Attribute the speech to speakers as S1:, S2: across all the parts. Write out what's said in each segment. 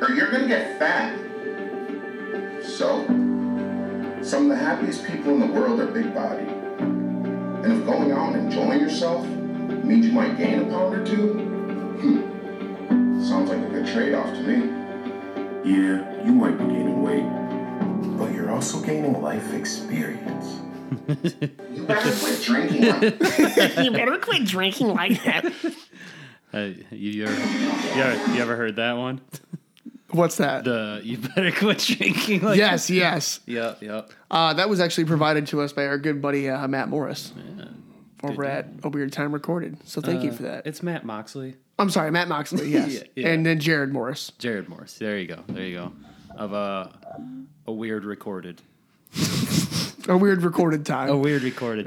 S1: or you're gonna get fat. So, some of the happiest people in the world are big bodied. And if going out and enjoying yourself means you might gain a pound or two, hmm, sounds like a good trade off to me. Yeah, you might be gaining weight, but you're also gaining life experience. you better quit drinking. I'm-
S2: you better quit drinking like that.
S3: Uh, you, you, ever, you, ever, you ever heard that one?
S4: What's that?
S3: The you better quit drinking. Like
S4: yes, yes.
S3: Yep. Yep.
S4: Uh, that was actually provided to us by our good buddy uh, Matt Morris over at A Weird Time Recorded. So thank you for that.
S3: Uh, It's Matt Moxley,
S4: I'm sorry, Matt Moxley, yes.
S3: Yeah, yeah.
S4: And then Jared Morris.
S3: Jared Morse. There you go. There you go. Of a a weird recorded.
S4: A weird recorded time.
S3: A weird recorded.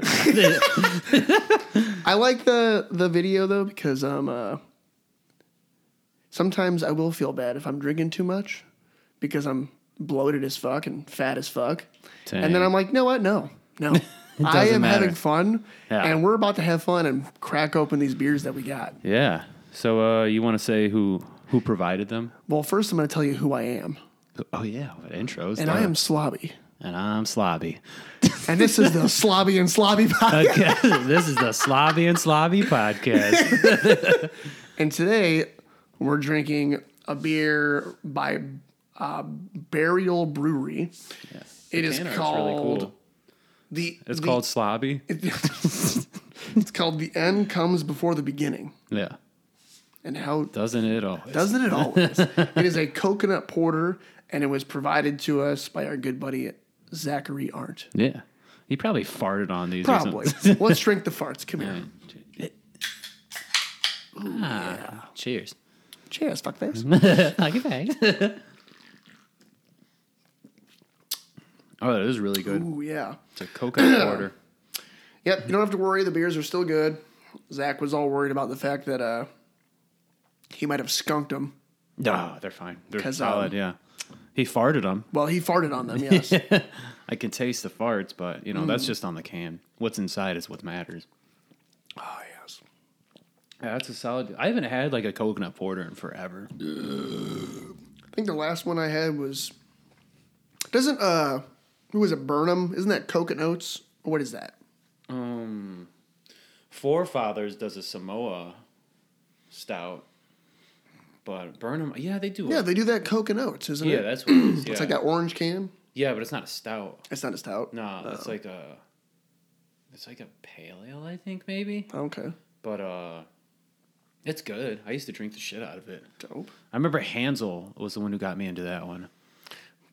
S4: I like the the video though because um uh, sometimes I will feel bad if I'm drinking too much because I'm bloated as fuck and fat as fuck, and then
S3: Dang.
S4: I'm like, no, what, no, no, I
S3: doesn't
S4: am
S3: matter.
S4: having fun,
S3: Yeah.
S4: and we're about to have fun and crack open these beers that we got.
S3: yeah. So uh, you want to say who who provided them?
S4: Well, first I'm going to tell you who I am,
S3: Oh yeah, what intros.
S4: and I am Slobby,
S3: and I'm Slobby.
S4: and this is the Slobby and Slobby podcast.
S3: Okay, this is the Slobby and Slobby podcast.
S4: And today we're drinking a beer by uh, Burial Brewery. It is
S3: Tanner, it's
S4: called
S3: really cool.
S4: the.
S3: It's
S4: the-
S3: called Slobby.
S4: It's called the end comes before the beginning.
S3: Yeah.
S4: And how
S3: Doesn't it always?
S4: doesn't it always? it is a coconut porter, and it was provided to us by our good buddy Zachary Arndt.
S3: Yeah. He probably farted on these.
S4: Probably.
S3: Or something.
S4: Let's drink the farts. Come here.
S3: Ah, Cheers.
S4: Cheers, fuckface.
S3: Like Oh, that is really good.
S4: Ooh yeah.
S3: It's a coconut porter.
S4: Yep, you don't have to worry. The beers are still good. Zach was all worried about the fact that uh, he might have skunked them.
S3: No, Ah, they're fine. They're
S4: 'Cause,
S3: solid.
S4: um,
S3: yeah. He farted them.
S4: Well, he farted on them. Yes.
S3: I can taste the farts, but you know
S4: Mm.
S3: that's just on the can. What's inside is what matters.
S4: oh yes.
S3: Yeah, that's a solid. I haven't had like a coconut porter in forever.
S4: I think the last one I had was doesn't uh who was it Burnham? Isn't that coconut oats? Or What is that?
S3: Forefathers does a Samoa stout, but Burnham, yeah, they do.
S4: Yeah, they do that coconut oats, isn't
S3: yeah,
S4: it?
S3: that's what it is. Yeah.
S4: It's like that orange can.
S3: yeah, but it's not a stout.
S4: It's not a stout.
S3: Nah, it's
S4: Oh.
S3: like a, it's like a pale ale, I think maybe.
S4: Okay.
S3: But uh, it's good. I used to drink the shit out of it.
S4: Dope.
S3: I remember Hansel was the one who got me into that one.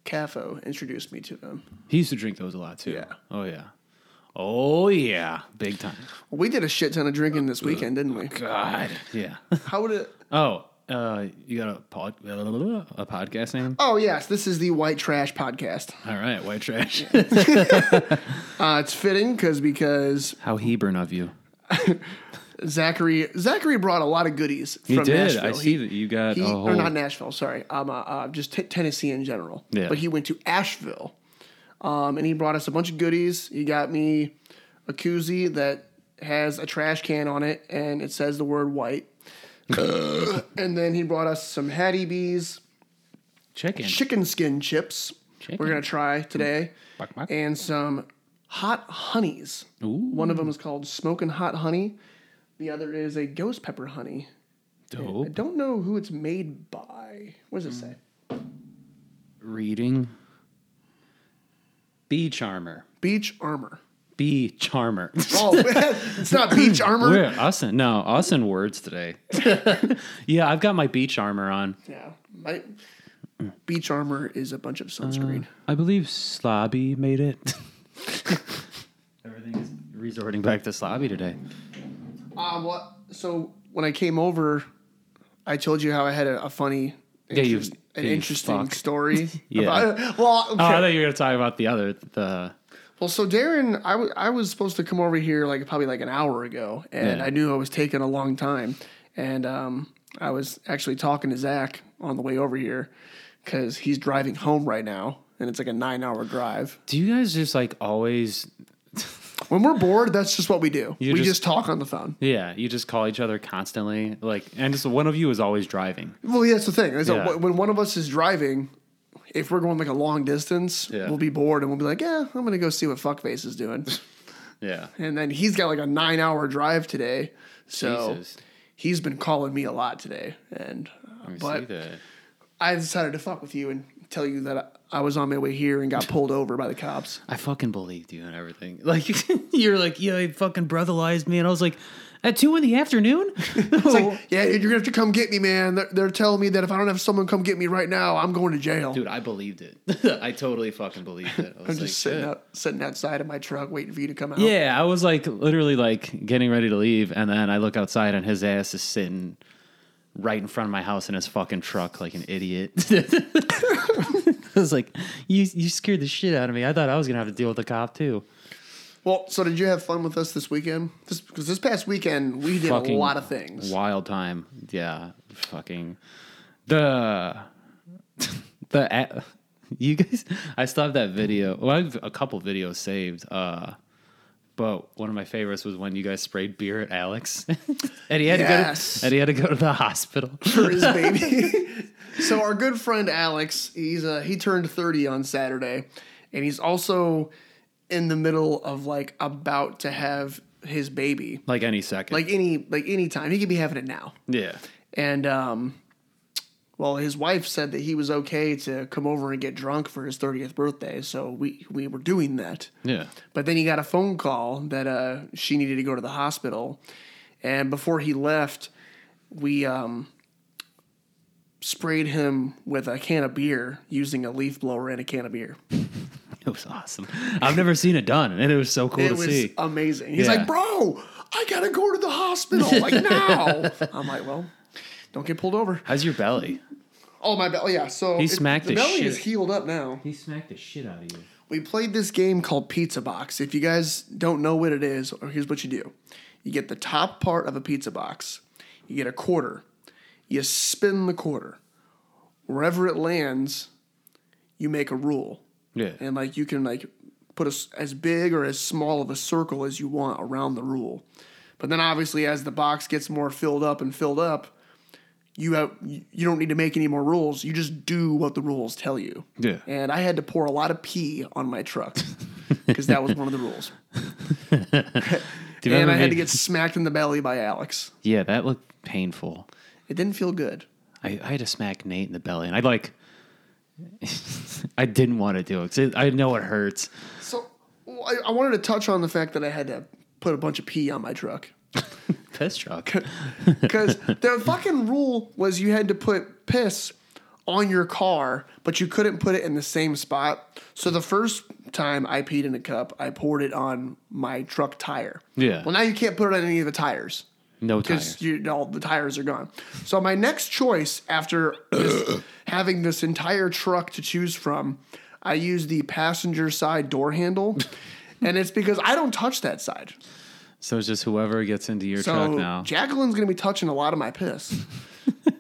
S4: Cafo introduced me to them.
S3: He used to drink those a lot too.
S4: Yeah.
S3: Oh yeah. Oh yeah. Big time.
S4: Well, we did a shit ton of drinking this weekend, didn't we?
S3: Oh, God. Yeah.
S4: How would it?
S3: oh, uh, you got a pod, a podcast name?
S4: Oh yes, this is the White Trash Podcast.
S3: All right, white trash.
S4: Uh, it's fitting because because
S3: How Hebron of you.
S4: Zachary Zachary brought a lot of goodies
S3: He
S4: from
S3: did.
S4: Nashville.
S3: I see that you got
S4: He,
S3: a whole.
S4: or not Nashville, sorry. Um, uh, uh, just t- Tennessee in general.
S3: Yeah.
S4: But he went to Asheville, um, and he brought us a bunch of goodies. He got me a koozie that has a trash can on it, and it says the word white. and then he brought us some Hattie B's
S3: chicken.
S4: chicken skin chips. We're
S3: Chicken.
S4: gonna try today,
S3: Bark, bark.
S4: and some hot honeys.
S3: Ooh.
S4: One of them is called smoking hot honey. The other is a ghost pepper honey. I
S3: Dope.
S4: don't know who it's made by. What does it
S3: Mm.
S4: say?
S3: Reading. Bee charmer.
S4: Beach armor.
S3: Bee charmer.
S4: Oh, it's not beach armor.
S3: We're us in, no us in words today. yeah, I've got my beach armor on.
S4: Yeah, my beach armor is a bunch of sunscreen.
S3: I believe Slobby made it. Everything is resorting back to Slobby today. Uh.
S4: Um, what? So when I came over, I told you how I had a, a funny,
S3: Yeah, you-
S4: interest- an
S3: yeah, you
S4: interesting
S3: fuck.
S4: story.
S3: Yeah.
S4: about- well,
S3: Oh, I
S4: okay.
S3: thought you were going to talk about the other the
S4: Well, so Darren, I wa- I was supposed to come over here like probably like an hour ago, and
S3: Yeah.
S4: I knew I was taking a long time, and um, I was actually talking to Zach on the way over here because he's driving home right now, and it's like a nine-hour drive.
S3: Do you guys just like always?
S4: When we're bored, that's just what we do.
S3: You
S4: we just,
S3: just-
S4: talk on the phone.
S3: Yeah, you just call each other constantly, like, and just one of you is always driving.
S4: Well, yeah, that's the thing. Is that
S3: Yeah.
S4: when one of us is driving, if we're going like a long distance,
S3: Yeah.
S4: we'll be bored and we'll be like, "Yeah, I'm gonna go see what fuckface is doing."
S3: Yeah,
S4: and then he's got like a nine-hour drive today, so
S3: Jesus.
S4: he's been calling me a lot today. And
S3: Let me see
S4: but
S3: that.
S4: I decided to fuck with you and tell you that I, I was on my way here and got pulled over by the cops.
S3: I fucking believed you and everything. Like you're like, yeah, he fucking brutalized me, and I was like, at two in the afternoon.
S4: It's
S3: Oh.
S4: like, yeah, you're gonna have to come get me, man. They're, they're telling me that if I don't have someone come get me right now, I'm going to jail.
S3: Dude, I believed it. I totally fucking believed it. I was
S4: I'm
S3: like,
S4: just sitting
S3: "Shit."
S4: out, sitting outside of my truck waiting for you to come out.
S3: Yeah, I was like literally like getting ready to leave, and then I look outside and his ass is sitting right in front of my house in his fucking truck like an idiot. I was like, you you scared the shit out of me. I thought I was gonna have to deal with a cop too.
S4: Well, so did you have fun with us this weekend? Because this, past weekend we did a lot of things.
S3: Wild time. Yeah. Fucking the the a- you guys I still have that video. Well, I have a couple videos saved. Uh but one of my favorites was when you guys sprayed beer at Alex. and he had
S4: Yes.
S3: to go to, and he had to go to the hospital.
S4: for his baby. so our good friend Alex, he's uh, he turned 30 on Saturday, and he's also in the middle of like about to have his baby.
S3: Like any second.
S4: Like any like any time he could be having it now.
S3: yeah.
S4: And um, well, his wife said that he was okay to come over and get drunk for his 30th birthday, so we we were doing that.
S3: Yeah.
S4: But then he got a phone call that uh, she needed to go to the hospital, and before he left, we um, sprayed him with a can of beer using a leaf blower and a can of beer.
S3: It was awesome. I've never seen it done, and it was so cool
S4: It
S3: to
S4: was
S3: see.
S4: amazing. He's
S3: Yeah.
S4: like, "Bro, I gotta go to the hospital like now." I'm like, "Well, don't get pulled over."
S3: How's your belly?
S4: Oh my belly, yeah. So
S3: He
S4: it-
S3: smacked
S4: the
S3: the
S4: belly is
S3: shit.
S4: healed up now.
S3: He smacked the shit out of you.
S4: We played this game called Pizza Box. If you guys don't know what it is, or here's what you do: you get the top part of a pizza box, you get a quarter, you spin the quarter, wherever it lands, you make a rule,
S3: Yeah.
S4: and like you can like put a s as big or as small of a circle as you want around the rule. But then obviously, as the box gets more filled up and filled up. You have you you don't need to make any more rules. You just do what the rules tell you
S3: Yeah.
S4: and I had to pour a lot of pee on my truck because that was one of the rules.
S3: Do you
S4: And
S3: remember
S4: I had
S3: me-
S4: to get smacked in the belly by Alex.
S3: Yeah, that looked painful.
S4: It didn't feel good.
S3: I, I had to smack Nate in the belly, and I'd like, I didn't want to do it. 'cause it- I know it hurts.
S4: So well, I, I wanted to touch on the fact that I had to put a bunch of pee on my truck
S3: Piss truck.
S4: because the fucking rule was you had to put piss on your car, but you couldn't put it in the same spot. So the first time I peed in a cup, I poured it on my truck tire.
S3: Yeah.
S4: Well, now you can't put it on any of the tires.
S3: No
S4: because
S3: tires.
S4: you all the tires are gone. So my next choice after this, having this entire truck to choose from, I use the passenger side door handle, and it's because I don't touch that side.
S3: So it's just whoever gets into your truck
S4: So
S3: now.
S4: Jacqueline's gonna be touching a lot of my piss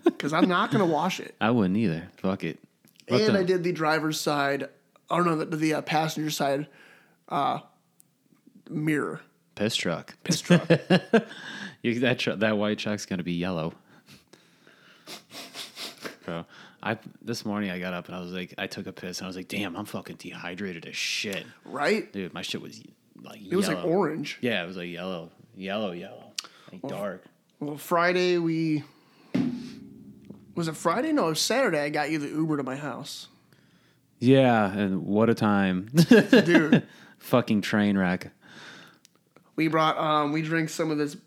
S4: because I'm not gonna wash it.
S3: I wouldn't either. Fuck it. Let
S4: and
S3: them-
S4: I did the driver's side. Oh no, the, the uh, passenger side uh, mirror.
S3: piss truck. Piss truck. you, that tr- that white truck's gonna be yellow. Bro, I this morning I got up and I was like, I took a piss and I was like, damn, I'm fucking dehydrated as shit,
S4: Right?
S3: dude. My shit was like
S4: It was like orange.
S3: Yeah, it was like yellow, yellow, yellow, like dark.
S4: Well, Friday we was it Friday? No, it was Saturday. I got you the Uber to my house,
S3: Yeah, and what a time.
S4: dude.
S3: Fucking train wreck.
S4: we brought um, we drank some of this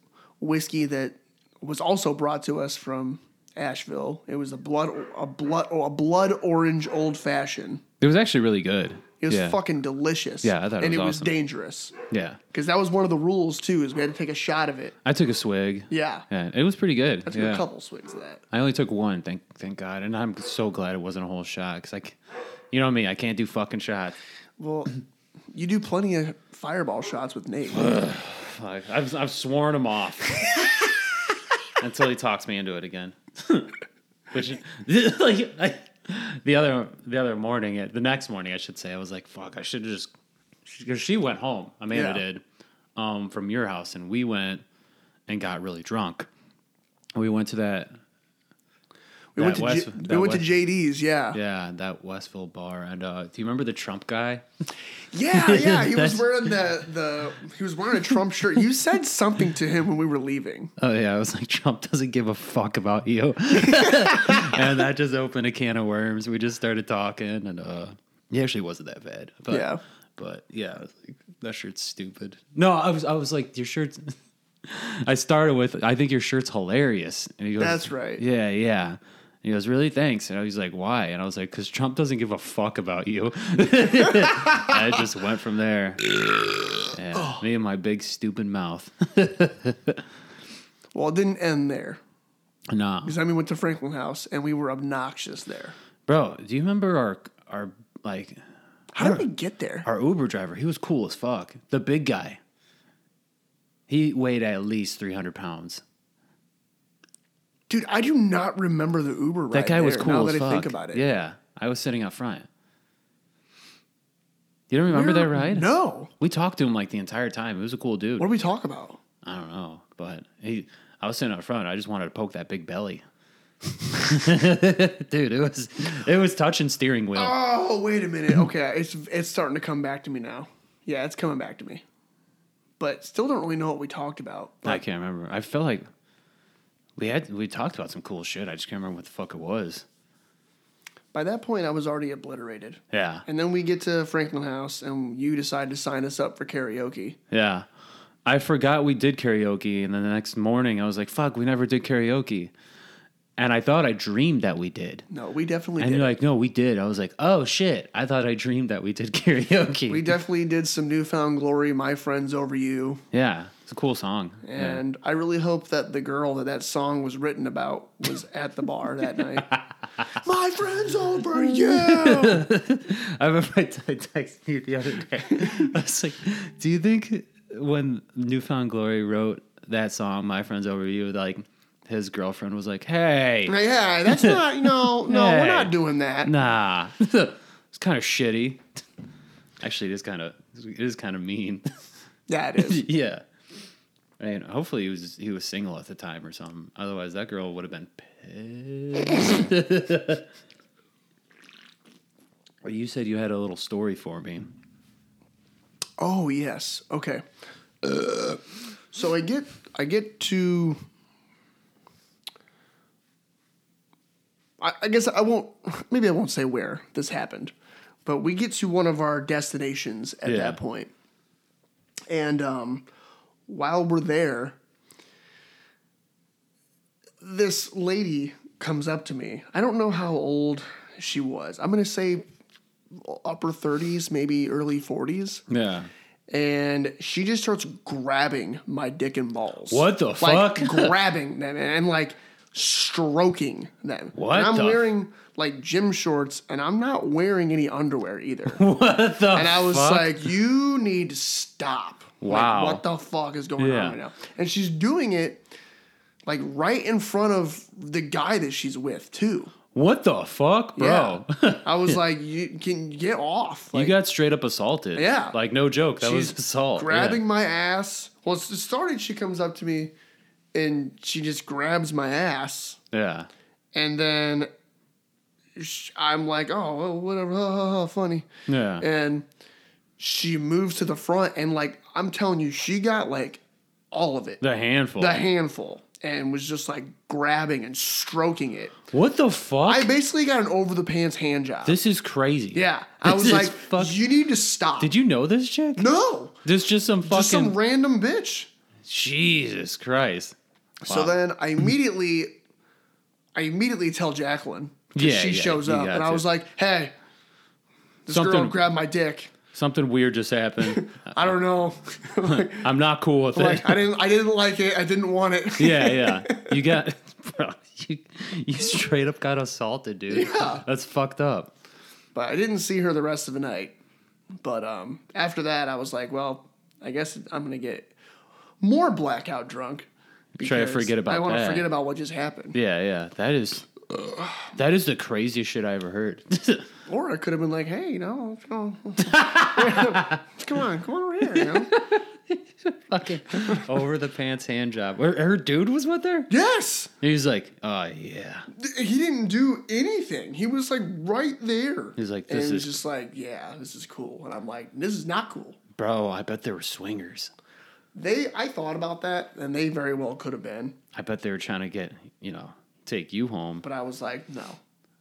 S4: whiskey that was also brought to us from Asheville. It was a blood a blood a blood orange old fashioned.
S3: It was actually really good.
S4: It was
S3: yeah.
S4: fucking delicious.
S3: Yeah, I thought it
S4: and
S3: was
S4: it was
S3: awesome.
S4: dangerous
S3: Yeah.
S4: because that was one of the rules too. Is we had to take a shot of it.
S3: I took a swig.
S4: Yeah,
S3: Yeah, it was pretty good.
S4: I took
S3: yeah.
S4: a couple swigs of that.
S3: I only took one, thank thank God, and I'm so glad it wasn't a whole shot because I, c- you know me, I can't do fucking shots.
S4: Well, you do plenty of fireball shots with Nate.
S3: I, I've I've sworn him off until he talks me into it again. Which like I, the other the other morning, the next morning, I should say, I was like, fuck, I should have just because she went home. Amanda
S4: Yeah.
S3: did. um, from your house, and we went and got really drunk. We went to that.
S4: We
S3: That
S4: went to
S3: West-
S4: J- we
S3: that
S4: went to
S3: West-
S4: JD's. Yeah. Yeah.
S3: Yeah, that Westville bar. And uh, do you remember the Trump guy?
S4: Yeah. He was
S3: That's-
S4: wearing the the he was wearing a Trump shirt. You said something to him when we were leaving.
S3: Oh yeah, I was like, Trump doesn't give a fuck about you, and that just opened a can of worms. We just started talking, and uh, he actually wasn't that bad. But,
S4: Yeah.
S3: but yeah, I was like, that shirt's stupid. No, I was, I was like, your shirt's. I started with, I think your shirt's hilarious, and he goes,
S4: That's right.
S3: yeah, yeah. And he goes, really? Thanks. And I was like, why? And I was like, because Trump doesn't give a fuck about you. I just went from there. Yeah, me and my big stupid mouth.
S4: Well, it didn't end there
S3: nah.
S4: because then we went to Franklin House and we were obnoxious there.
S3: Bro, do you remember our our like
S4: How did we get there?
S3: our Uber driver? He was cool as fuck. The big guy. He weighed at least three hundred pounds.
S4: Dude, I do not remember the Uber ride.
S3: That guy was
S4: there,
S3: cool
S4: Now
S3: as
S4: that
S3: fuck.
S4: I think about it,
S3: Yeah, I was sitting out front. You don't remember that ride?
S4: No.
S3: We talked to him like the entire time. He was a cool dude.
S4: What do we talk about?
S3: I don't know, but he. I was sitting out front. I just wanted to poke that big belly. Dude, it was it was touching steering wheel.
S4: Oh, wait a minute. Okay, it's it's starting to come back to me now. Yeah, it's coming back to me. But still don't really know what we talked about.
S3: I can't remember. I felt like we had we talked about some cool shit. I just can't remember what the fuck it was.
S4: By that point, I was already obliterated.
S3: Yeah,
S4: And then we get to Franklin House, and you decide to sign us up for karaoke.
S3: yeah. I forgot we did karaoke, and then the next morning I was like, "Fuck, we never did karaoke," and I thought I dreamed that we did.
S4: No, we definitely
S3: And
S4: did.
S3: you're like, "No, we did." I was like, "Oh shit, I thought I dreamed that we did karaoke."
S4: we definitely did some newfound glory, my friends over you.
S3: Yeah, it's a cool song. Yeah.
S4: And I really hope that the girl that that song was written about was at the bar that night. my friends over you.
S3: I remember I t- I texted you the other day. I was like, "Do you think when Newfound Glory wrote that song, My Friends Over You,' like his girlfriend was like, "Hey,
S4: yeah, that's not. No, no, we're
S3: Hey.
S4: not doing that.
S3: nah, it's kind of shitty." Actually, it is kind of it is kind of mean.
S4: Yeah, it is.
S3: yeah, I mean, hopefully he was he was single at the time or something. Otherwise, that girl would have been pissed. Well, you said you had a little story for me.
S4: Oh yes. Okay. Uh, so I get I get to. I, I guess I won't. Maybe I won't say where this happened, but we get to one of our destinations at
S3: Yeah.
S4: that point, and um, while we're there, this lady comes up to me. I don't know how old she was. I'm gonna say upper 30s, maybe early 40s
S3: Yeah.
S4: and she just starts grabbing my dick and balls.
S3: What the
S4: Like,
S3: fuck?
S4: grabbing them and like stroking them.
S3: What
S4: And I'm
S3: the-
S4: wearing like gym shorts and I'm not wearing any underwear either. and I was
S3: fuck?
S4: like, you need to stop. Like,
S3: Wow.
S4: what the fuck is going
S3: Yeah.
S4: on right now? And she's doing it like right in front of the guy that she's with too.
S3: What the fuck, bro?
S4: Yeah. I was like, you can get off.
S3: you
S4: Like,
S3: got straight up assaulted.
S4: Yeah.
S3: Like, no joke. That was
S4: She's
S3: assault.
S4: grabbing
S3: Oh, Yeah.
S4: my ass. Well, it started. She comes up to me, and she just grabs my ass,
S3: Yeah.
S4: and then sh- I'm like, "Oh, well, whatever, ha, ha, ha, funny."
S3: Yeah.
S4: And she moves to the front, and like I'm telling you, she got like all of it,
S3: The handful.
S4: the handful, and was just like grabbing and stroking it.
S3: what the fuck?
S4: I basically got an over the pants hand job.
S3: this is crazy.
S4: yeah, I
S3: This
S4: was
S3: is
S4: like,
S3: fuck-
S4: "You need to stop."
S3: Did you know this chick?
S4: No,
S3: This is just some fucking.
S4: just some random bitch.
S3: Jesus Christ.
S4: So then I immediately, I immediately tell Jacqueline. 'cause
S3: Yeah,
S4: she
S3: yeah,
S4: shows
S3: you
S4: up,
S3: got
S4: and I
S3: to.
S4: was like, "Hey, this girl
S3: Something-
S4: grabbed my dick.
S3: Something weird just happened.
S4: I don't know. like,
S3: I'm not cool with it.
S4: like, I didn't, I didn't like it. I didn't want it.
S3: yeah, yeah. You got. Bro, you, you straight up got assaulted, dude.
S4: Yeah.
S3: That's fucked up.
S4: But I didn't see her the rest of the night. But um, after that, I was like, well, I guess I'm gonna get more blackout drunk.
S3: Try to
S4: because
S3: forget about
S4: I want to
S3: that.
S4: forget about what just happened.
S3: Yeah, yeah. That is. That is the craziest shit I ever heard.
S4: Or I could have been like, hey, you know, come on, come on, come on over here, you know?
S3: Fucking over the pants hand job. Her, her dude was with her.
S4: yes!
S3: He's like, oh yeah.
S4: He didn't do anything. He was like right there.
S3: He's like,
S4: and
S3: this
S4: it was
S3: is-
S4: just like, yeah, this is cool. And I'm like, this is not cool.
S3: Bro, I bet they were swingers.
S4: They, I thought about that, and they very well could have been,
S3: I bet they were trying to get you know take you home.
S4: but I was like, no.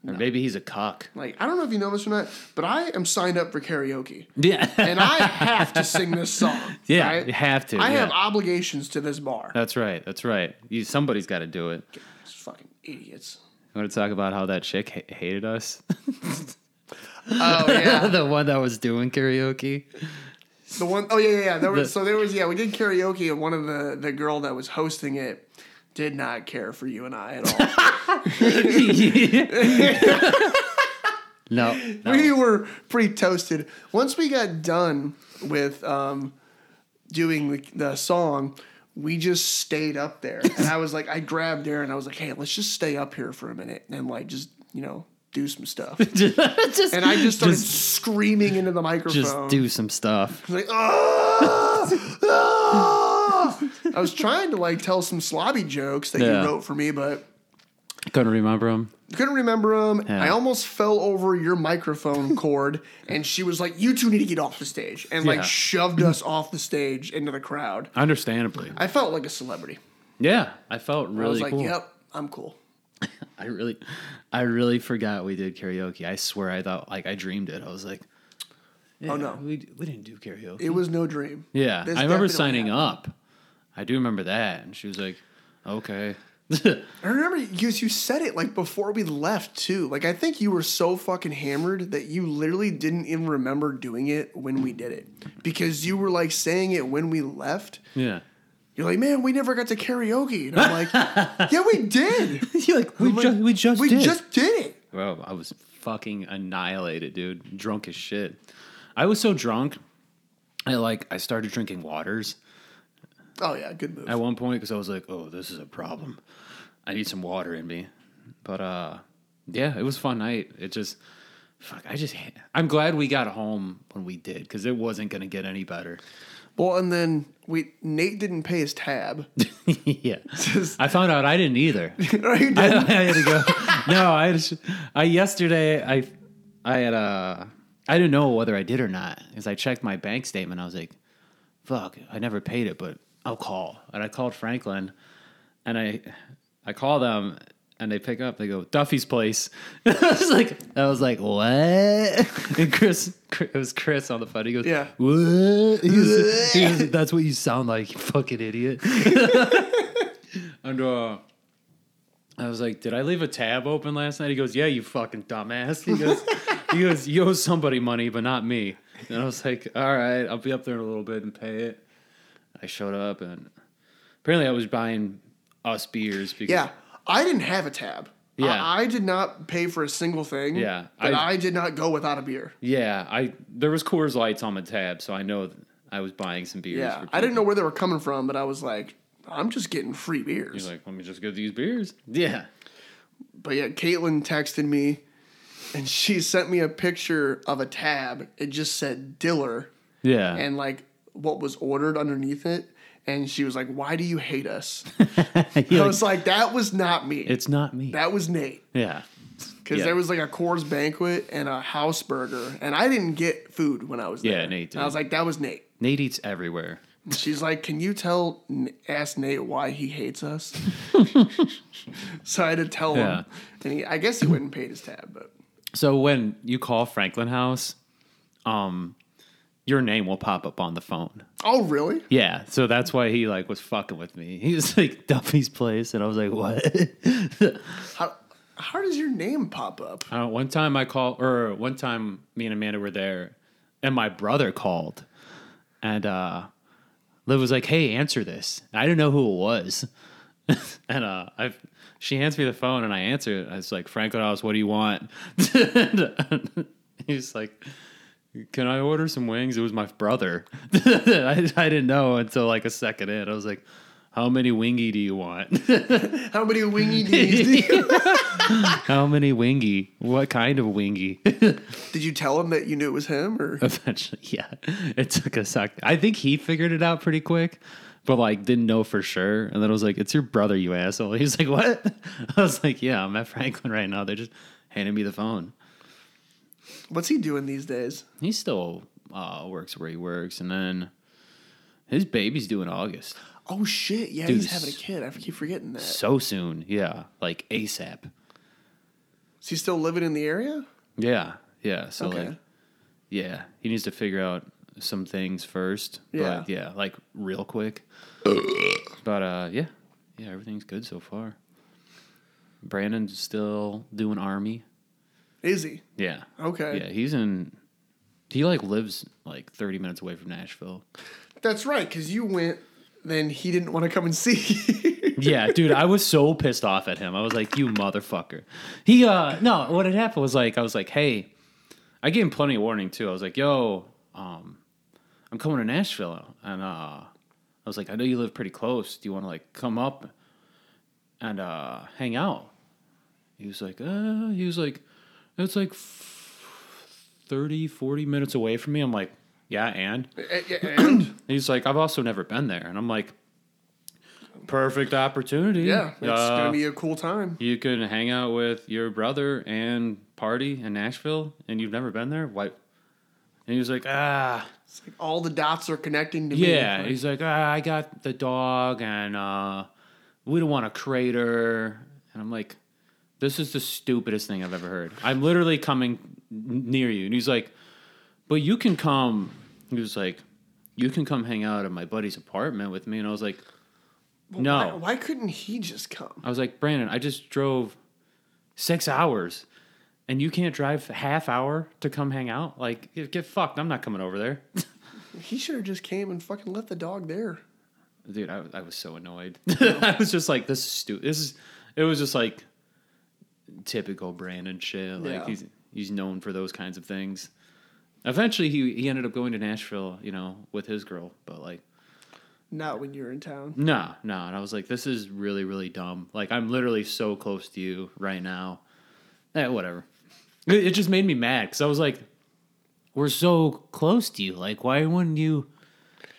S3: Or maybe he's a cuck.
S4: Like, I don't know if you know this or not, but I am signed up for karaoke,
S3: Yeah,
S4: and I have to sing this song.
S3: yeah.
S4: right?
S3: You have to.
S4: I
S3: yeah. Uh,
S4: have obligations to this bar.
S3: That's right. That's right. You, somebody's got to do it. You
S4: These fucking idiots.
S3: want to talk about how that chick ha- hated us?
S4: Oh yeah,
S3: the one that was doing karaoke.
S4: the one oh yeah, yeah, yeah. There was,
S3: The-
S4: so there was yeah. We did karaoke, and one of the the girl that was hosting it did not care for you and I at all.
S3: no, no.
S4: we were pretty toasted. Once we got done with um, doing the, the song, we just stayed up there. And I was like, I grabbed Aaron. I was like, hey, let's just stay up here for a minute and like just, you know, do some stuff.
S3: just,
S4: And I just started
S3: just,
S4: screaming into the microphone.
S3: just do some stuff.
S4: I was like, "Ah! Ah!" I was trying to like tell some slobby jokes that
S3: Yeah.
S4: you wrote for me, but
S3: Couldn't remember him.
S4: couldn't remember him.
S3: Yeah.
S4: I almost fell over your microphone cord, and she was like, "You two need to get off the stage," and
S3: Yeah.
S4: like shoved us off the stage into the crowd.
S3: Understandably.
S4: I felt like a celebrity.
S3: Yeah, I felt
S4: I was
S3: really
S4: like,
S3: cool.
S4: "Yep, I'm cool."
S3: I really, I really forgot we did karaoke. I swear, I thought like I dreamed it. I was like, yeah,
S4: Oh, no.
S3: we we didn't do karaoke.
S4: It was no dream.
S3: yeah,
S4: This
S3: I remember
S4: definitely
S3: signing up.
S4: happened.
S3: I do remember that, and she was like, okay.
S4: I remember you. You said it like before we left too. Like I think you were so fucking hammered that you literally didn't even remember doing it when we did it because you were like saying it when we left.
S3: yeah.
S4: You're like, "Man, we never got to karaoke," and I'm like, "Yeah, we did."
S3: You're like, we,
S4: I'm like,
S3: ju- we just
S4: we
S3: did.
S4: just did it.
S3: Bro, I was fucking annihilated, dude. Drunk as shit. I was so drunk. I like I started drinking waters
S4: Oh yeah, good move.
S3: at one point because I was like, "Oh, this is a problem. I need some water in me." But uh, yeah, it was a fun night. It just, fuck, I just, ha- I'm glad we got home when we did because it wasn't gonna get any better.
S4: well, and then we Nate didn't pay his tab.
S3: yeah, I found out I didn't either.
S4: No, he
S3: I,
S4: didn't.
S3: had to go. no, I just, I yesterday I I had uh I didn't know whether I did or not because I checked my bank statement. I was like, fuck, I never paid it, but I'll call. And I called Franklin, and I I call them. And they pick up. They go Duffy's place. I was like, I was like, what? And Chris, it was Chris on the phone. He goes,
S4: Yeah.
S3: What? He was- he was- That's what you sound like, you fucking idiot. and uh, I was like, "Did I leave a tab open last night?" He goes, "Yeah, you fucking dumbass." He goes, "He goes, you owe somebody money, but not me." And I was like, "All right, I'll be up there in a little bit and pay it." I showed up, and apparently, I was buying us beers because
S4: yeah, I didn't have a tab. I-
S3: Yeah.
S4: I, did not pay for a single thing.
S3: Yeah,
S4: but
S3: I-
S4: I, did not go without a beer.
S3: yeah, I there was Coors Lights on the tab, so I know th- I was buying some beers.
S4: Yeah,
S3: for
S4: I didn't know
S3: people.
S4: where they were coming from, but I was like, I'm just getting free beers.
S3: He's like, "Let me just get these beers." Yeah,
S4: but yeah, Caitlin texted me, and she sent me a picture of a tab. It just said Diller.
S3: yeah,
S4: and like what was ordered underneath it. And she was like, "Why do you hate us?" I was like, "That was not me.
S3: it's not me.
S4: that was Nate."
S3: yeah,
S4: Because
S3: Yeah.
S4: there was like a Coors banquet and a house burger, and I didn't get food when I was
S3: Yeah,
S4: there.
S3: Nate
S4: And I was
S3: did.
S4: like, "That was Nate."
S3: Nate eats everywhere.
S4: And she's like, "Can you tell N- ask Nate why he hates us?" so I had to tell
S3: Yeah.
S4: him, and he, I guess he wouldn't pay his tab, but
S3: So when you call Franklin House, um, your name will pop up on the phone.
S4: oh really?
S3: Yeah, so that's why he like was fucking with me. He was like Duffy's place, and I was like, what?
S4: How how does your name pop up?
S3: Uh, one time I called, or one time me and Amanda were there, and my brother called, and uh, Liv was like, "Hey, answer this." And I didn't know who it was, and uh, I she hands me the phone, and I answer it. I was like, "Franklin House, what do you want?" He's like. Can I order some wings? It was my brother. I, I didn't know until like a second in. I was like, "How many wingy do you want?"
S4: How many wingy knees do you?
S3: How many wingy? What kind of wingy?
S4: Did you tell him that you knew it was him,
S3: Uh,
S4: or
S3: Eventually, yeah. It took a sec. I think he figured it out pretty quick, but like didn't know for sure. And then I was like, "It's your brother, you asshole." He's like, "What?" I was like, "Yeah, I'm at Franklin right now. They just handed me the phone."
S4: what's he doing these days?
S3: He still uh, works where he works, and then his baby's due in August.
S4: Oh shit! Yeah,
S3: Dude,
S4: he's
S3: s-
S4: having a kid. I keep forgetting that.
S3: So soon, yeah, like ASAP.
S4: Is he still living in the area?
S3: Yeah, yeah. So
S4: Okay.
S3: like, yeah, he needs to figure out some things first.
S4: Yeah.
S3: but, yeah, like real quick. but uh, yeah, yeah, everything's good so far. Brandon's still doing army.
S4: Is he?
S3: Yeah.
S4: Okay.
S3: Yeah, he's in. He like lives like thirty minutes away from Nashville.
S4: That's right, because you went. Then he didn't want to come and see.
S3: yeah, dude, I was so pissed off at him. I was like, "You motherfucker." He uh no, what had happened was like I was like, "Hey, I gave him plenty of warning too. I was like, "Yo, um I'm coming to Nashville." And uh I was like, "I know you live pretty close. Do you want to like come up and uh hang out?" He was like, "Uh, he was like it's like f- 30 40 minutes away from me." I'm like, "Yeah, and?"
S4: and
S3: He's like, I've also never been there. And I'm like, perfect opportunity.
S4: yeah, it's
S3: Uh,
S4: gonna be a cool time.
S3: you can hang out with your brother and party in Nashville and you've never been there? Why? And he was like, ah,
S4: It's like all the dots are connecting to
S3: yeah.
S4: me.
S3: He's like, ah, I got the dog and uh, we don't want a crater. And I'm like, this is the stupidest thing I've ever heard. I'm literally coming n- near you. And he's like, but you can come. He was like, you can come hang out at my buddy's apartment with me. And I was like, no.
S4: Why, why couldn't he just come?
S3: I was like, Brandon, I just drove six hours and you can't drive a half hour to come hang out? Like, get get fucked. I'm not coming over there.
S4: He should have just came and fucking left the dog there.
S3: Dude, I, I was so annoyed. I was just like, this is stupid. This is, it was just like typical Brandon shit. Like,
S4: Yeah.
S3: he's, he's known for those kinds of things. Eventually, he, he ended up going to Nashville, you know, with his girl, but like,
S4: Not when you're in town.
S3: No, no. And I was like, this is really, really dumb. Like, I'm literally so close to you right now. Eh, whatever. It, it just made me mad because I was like, we're so close to you. Like, why wouldn't you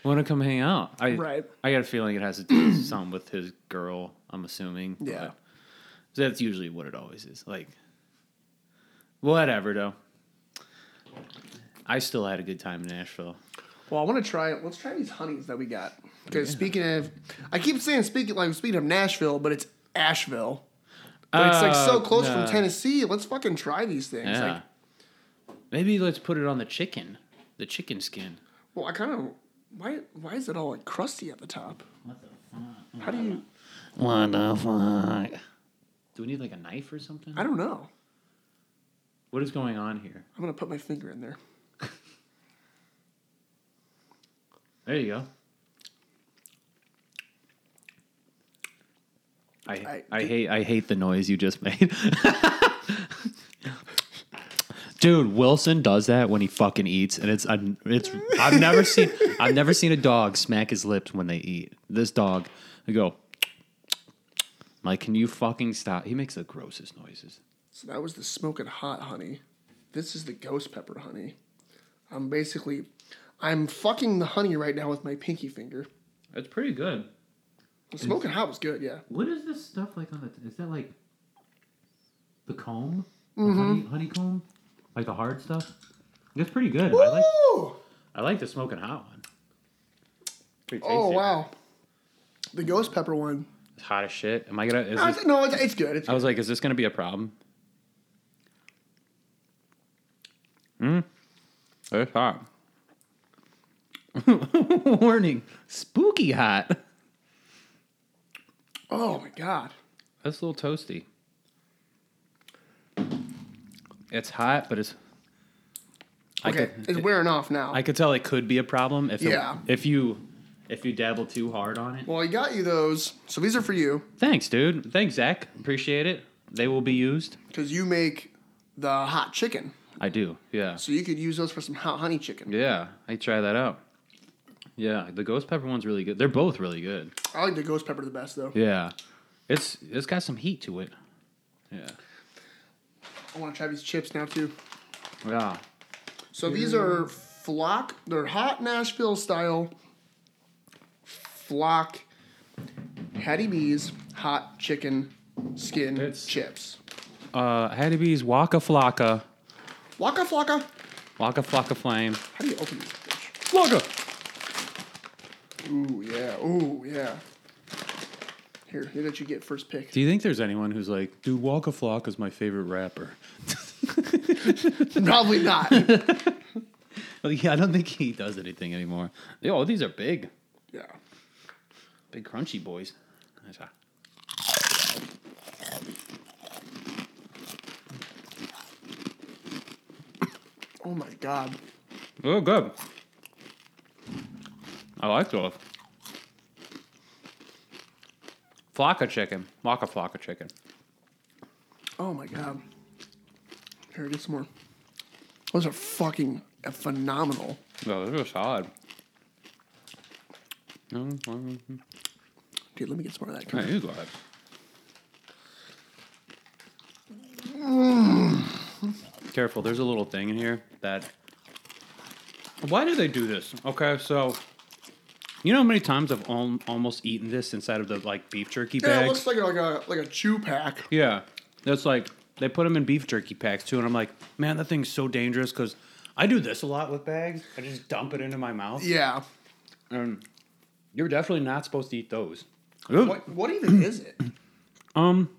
S3: want to come hang out? I,
S4: Right.
S3: I got a feeling it has to do with something with his girl, I'm assuming.
S4: Yeah.
S3: but- so that's usually what it always is. Like, whatever, though. I still had a good time in Nashville.
S4: Well, I want to try. Let's try these honeys that we got. Because speaking of, I keep saying speaking like speaking of Nashville, but it's Asheville. But it's like so
S3: Uh,
S4: close
S3: nah.
S4: from Tennessee. Let's fucking try these things.
S3: Yeah.
S4: Like,
S3: Maybe let's put it on the chicken, the chicken skin.
S4: well, I kind of why why is it all like crusty at the top? How do you?
S3: What the fuck? Do we need like a knife or something?
S4: I don't know.
S3: What is going on here?
S4: I'm gonna put my finger in there.
S3: There you go. I, I,
S4: I-
S3: hate I hate the noise you just made. Dude, Wilson does that when he fucking eats, and it's un- it's I've never seen I've never seen a dog smack his lips when they eat. This dog, I go, I'm like, can you fucking stop? He makes the grossest noises.
S4: So that was the smoking hot honey. This is the ghost pepper honey. I'm basically, I'm fucking the honey right now with my pinky finger.
S3: That's pretty good.
S4: The smoking hot was good, yeah.
S3: What is this stuff like on the? Is that like the comb, The
S4: Mm-hmm.
S3: honey, honeycomb, like the hard stuff? That's pretty good. I like
S4: Ooh!
S3: I like the smoking hot one. Pretty tasty.
S4: Oh wow, the ghost pepper one.
S3: It's hot as shit. Am I gonna? Is
S4: No,
S3: this,
S4: it's, no, it's, it's good. It's
S3: I was like, is this gonna be a problem? Hmm. It's hot. Warning: spooky hot.
S4: oh my god,
S3: That's a little toasty. It's hot, but it's. I
S4: okay,
S3: could,
S4: it's wearing off now.
S3: I could tell it could be a problem if it-
S4: Yeah.
S3: if you if you dabble too hard on it.
S4: well, I got you those, so these are for you
S3: Thanks, dude. Thanks, Zach. Appreciate it. They will be used.
S4: because you make the hot chicken,
S3: I do. Yeah.
S4: so you could use those for some hot honey chicken.
S3: Yeah. I try that out. Yeah, the ghost pepper one's really good. They're both really good.
S4: I like the ghost pepper the best though.
S3: Yeah. It's it's got some heat to it. Yeah.
S4: I want to try these chips now too.
S3: Yeah.
S4: So these are flock. They're hot Nashville style flock Hattie B's hot chicken skin
S3: It's-
S4: chips.
S3: Uh, Hattie B's Waka Flocka.
S4: Waka flocka.
S3: Waka Flocka Flame.
S4: How do you open these? bitch?
S3: Flocka!
S4: Ooh yeah. Ooh yeah. Here, here that you get first pick.
S3: Do you think there's anyone who's like, dude, Waka Flocka's my favorite rapper?
S4: Probably not.
S3: Well, yeah, I don't think he does anything anymore. Yo, these are big.
S4: yeah.
S3: Big crunchy boys. Nice, huh?
S4: Oh my god.
S3: Oh, good. I like those. Flocka chicken. Waka Flocka chicken.
S4: Oh my god. Here, get some more. Those are fucking phenomenal.
S3: No, those are solid. Mm,
S4: Dude, let me get some more of that.
S3: Hey, you go ahead. Mm. Careful, there's a little thing in here that. Why do they do this? Okay, so. You know how many times I've al- almost eaten this inside of the like beef jerky
S4: Yeah,
S3: bags?
S4: it looks like a, like a like a chew pack.
S3: Yeah, that's like they put them in beef jerky packs too, and I'm like, man, that thing's so dangerous because I do this a lot with bags. I just dump it into my mouth.
S4: Yeah.
S3: And you're definitely not supposed to eat those.
S4: What what even is it?
S3: Um,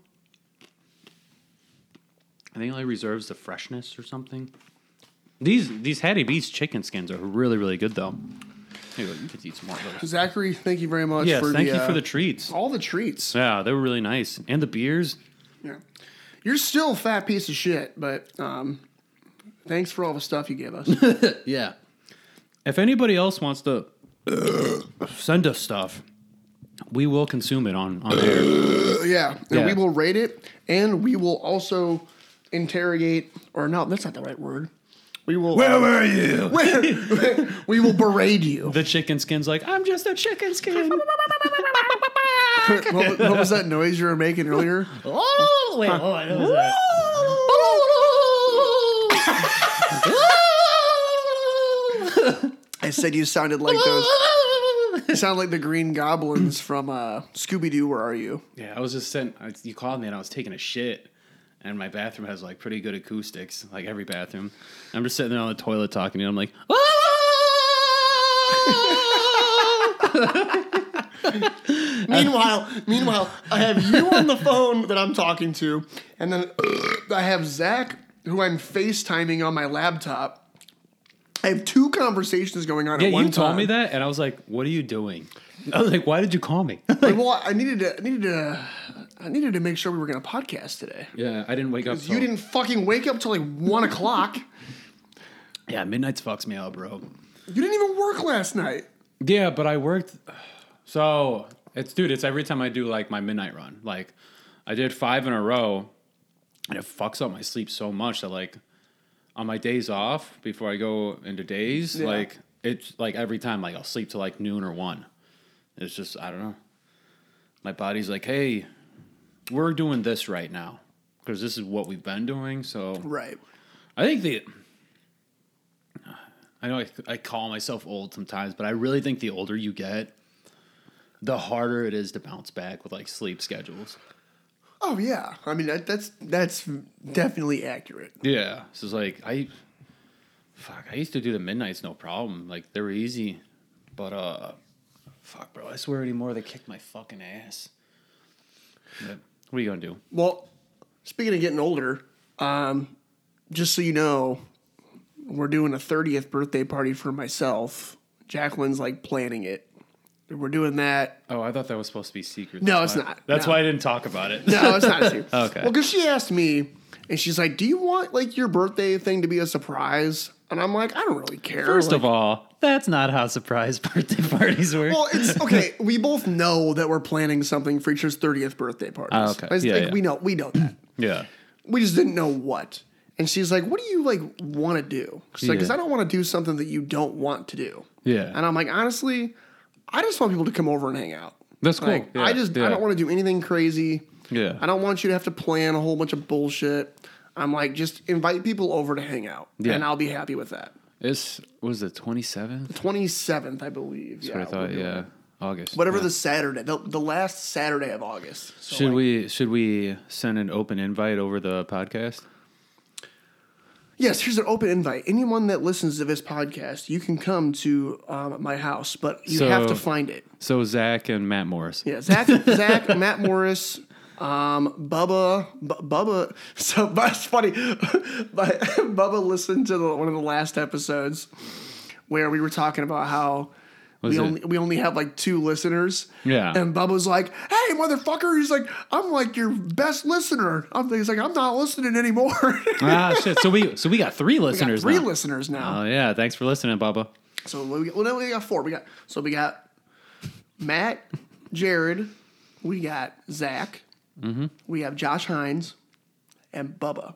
S3: I think it only reserves the freshness or something. These these Hattie B's chicken skins are really really good though. Here, you could eat some more of those.
S4: Zachary, thank you very much.
S3: Yes,
S4: for
S3: thank
S4: the,
S3: you for
S4: uh,
S3: the treats.
S4: all the treats.
S3: Yeah, they were really nice, and the beers.
S4: Yeah. You're still a fat piece of shit, but um, thanks for all the stuff you gave us.
S3: Yeah. If anybody else wants to send us stuff, we will consume it on, on air.
S4: yeah. And
S3: Yeah.
S4: we will rate it, and we will also interrogate, or no, that's not the right word. We will. Where were you? we will berate you.
S3: The chicken skin's like, I'm just a chicken skin.
S4: what, wa- what was that noise you were making earlier?
S2: Oh, wait, what was that?
S4: I said you sounded like those. You sound like the Green Goblins from uh, Scooby Doo. Where are you?
S3: yeah, I was just sitting, I, you called me and I was taking a shit. And my bathroom has like pretty good acoustics, like every bathroom. I'm just sitting there on the toilet talking to you. I'm like, "Ah!"
S4: Meanwhile, meanwhile, I have you on the phone that I'm talking to, and then I have Zach, who I'm FaceTiming on my laptop. I have two conversations going on
S3: yeah,
S4: at one
S3: you
S4: time.
S3: told me that. And I was like, what are you doing? I was like, why did you call me?
S4: Like, well, I needed to, I needed to, I needed to make sure we were going to podcast today.
S3: yeah, I didn't wake up.
S4: You
S3: till-
S4: didn't fucking wake up till like one o'clock.
S3: Yeah, midnight's fucks me up, bro.
S4: You didn't even work last night.
S3: Yeah, but I worked. So it's dude. It's every time I do like my midnight run. Like I did five in a row, and it fucks up my sleep so much that like on my days off before I go into days,
S4: Yeah.
S3: like it's like every time like I'll sleep till like noon or one. It's just I don't know. My body's like, hey, we're doing this right now because this is what we've been doing. So
S4: Right.
S3: I think the. I know I, I call myself old sometimes, but I really think the older you get, the harder it is to bounce back with like sleep schedules.
S4: Oh yeah. I mean, that, that's that's definitely accurate.
S3: Yeah. So it's like I, fuck, I used to do the midnights no problem. Like they were easy, but uh, fuck, bro, I swear anymore they kicked my fucking ass. But what are you gonna do?
S4: Well, speaking of getting older, um, just so you know, we're doing a 30th birthday party for myself. Jacqueline's like planning it. We're doing that.
S3: Oh, I thought that was supposed to be secret.
S4: No,
S3: That's
S4: it's
S3: why-
S4: not.
S3: That's
S4: No.
S3: why I didn't talk about it.
S4: No, it's not serious.
S3: Okay.
S4: Well, because she asked me, and she's like, "Do you want like your birthday thing to be a surprise?" And I'm like, "I don't really care."
S3: First
S4: Like,
S3: of all, that's not how surprise birthday parties work.
S4: Well, it's okay. we both know that we're planning something for each other's 30th birthday parties.
S3: Ah, okay.
S4: It's
S3: Yeah,
S4: like,
S3: yeah.
S4: We know. We know that.
S3: yeah.
S4: we just didn't know what. And she's like, "What do you like want to do?" She's like, "Cause
S3: Yeah.
S4: I don't want to do something that you don't want to do."
S3: Yeah.
S4: And I'm like, honestly, I just want people to come over and hang out.
S3: That's cool.
S4: Like,
S3: Yeah,
S4: I just I
S3: yeah.
S4: don't want to do anything crazy.
S3: Yeah.
S4: I don't want you to have to plan a whole bunch of bullshit. I'm like, just invite people over to hang out,
S3: Yeah.
S4: and I'll be happy with that.
S3: This was the 27th.
S4: 27th, I believe.
S3: That's what I
S4: we're
S3: thought.
S4: doing-
S3: Yeah, August.
S4: Whatever the Saturday, the, the last Saturday of August. So,
S3: Should
S4: like,
S3: we should we send an open invite over the podcast?
S4: Yes, here's an open invite. Anyone that listens to this podcast, you can come to um, my house, but you
S3: So-
S4: have to find it.
S3: So Zach and Matt Morris.
S4: Yeah, Zach, Zach, Matt Morris, um, Bubba, B- Bubba. So that's funny. but Bubba listened to the, one of the last episodes where we were talking about how we
S3: it?
S4: only we only have like two listeners.
S3: Yeah.
S4: And Bubba's like, "Hey, motherfucker!" He's like, "I'm like your best listener." I'm he's like, "I'm not listening anymore." We
S3: ah shit. So we so we got three
S4: got
S3: listeners.
S4: three
S3: now.
S4: listeners now.
S3: Oh yeah, thanks for listening, Bubba.
S4: So we got, well, no, we got four. We got so we got Matt, Jared, we got Zach,
S3: Mm-hmm.
S4: we have Josh Hines, and Bubba.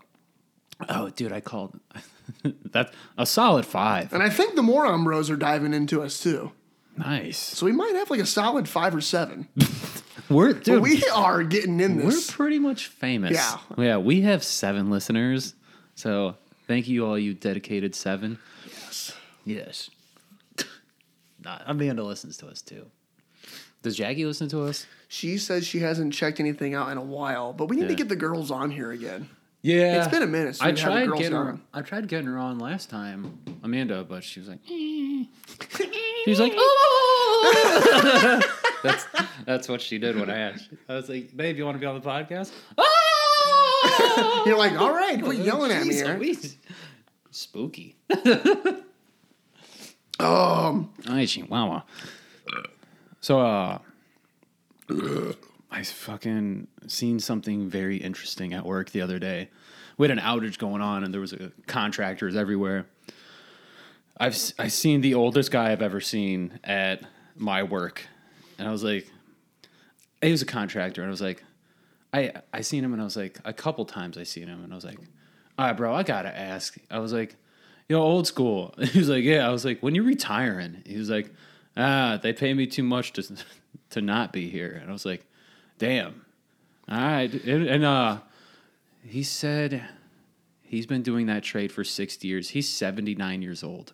S3: Oh dude, I called. That's a solid five.
S4: And I think the moron bros are diving into us too.
S3: Nice.
S4: So we might have like a solid five or seven.
S3: We're dude.
S4: we are getting in
S3: We're
S4: this.
S3: pretty much famous.
S4: Yeah.
S3: Yeah, we have seven listeners. So thank you, all you dedicated seven. Yes. Yes. Nah, Amanda listens to us too. Does Jackie listen to us?
S4: She says she hasn't checked anything out in a while, but we need to
S3: Yeah.
S4: get the girls on here again.
S3: Yeah.
S4: It's been a minute since
S3: I
S4: we've had the
S3: tried
S4: girls
S3: getting her,
S4: on.
S3: I tried getting her on last time, Amanda, but she was like, she's like, oh. that's that's what she did when I asked. I was like, babe, you want to be on the podcast? Oh.
S4: You're like, all right, quit yelling at me
S3: Jeez
S4: here.
S3: Louise. Spooky.
S4: Um,
S3: Ay, chihuahua. So, uh, I fucking seen something very interesting at work the other day. We had an outage going on, and there was uh contractors everywhere. I've s- I seen the oldest guy I've ever seen at my work, and I was like, he was a contractor, and I was like, I I seen him, and I was like, a couple times I seen him, and I was like, all right, bro, I gotta ask. I was like, yo, old school. He was like, yeah. I was like, when you retiring? He was like, ah, they pay me too much to to not be here, and I was like, damn. All right, and, and uh, he said he's been doing that trade for sixty years. He's seventy nine years old.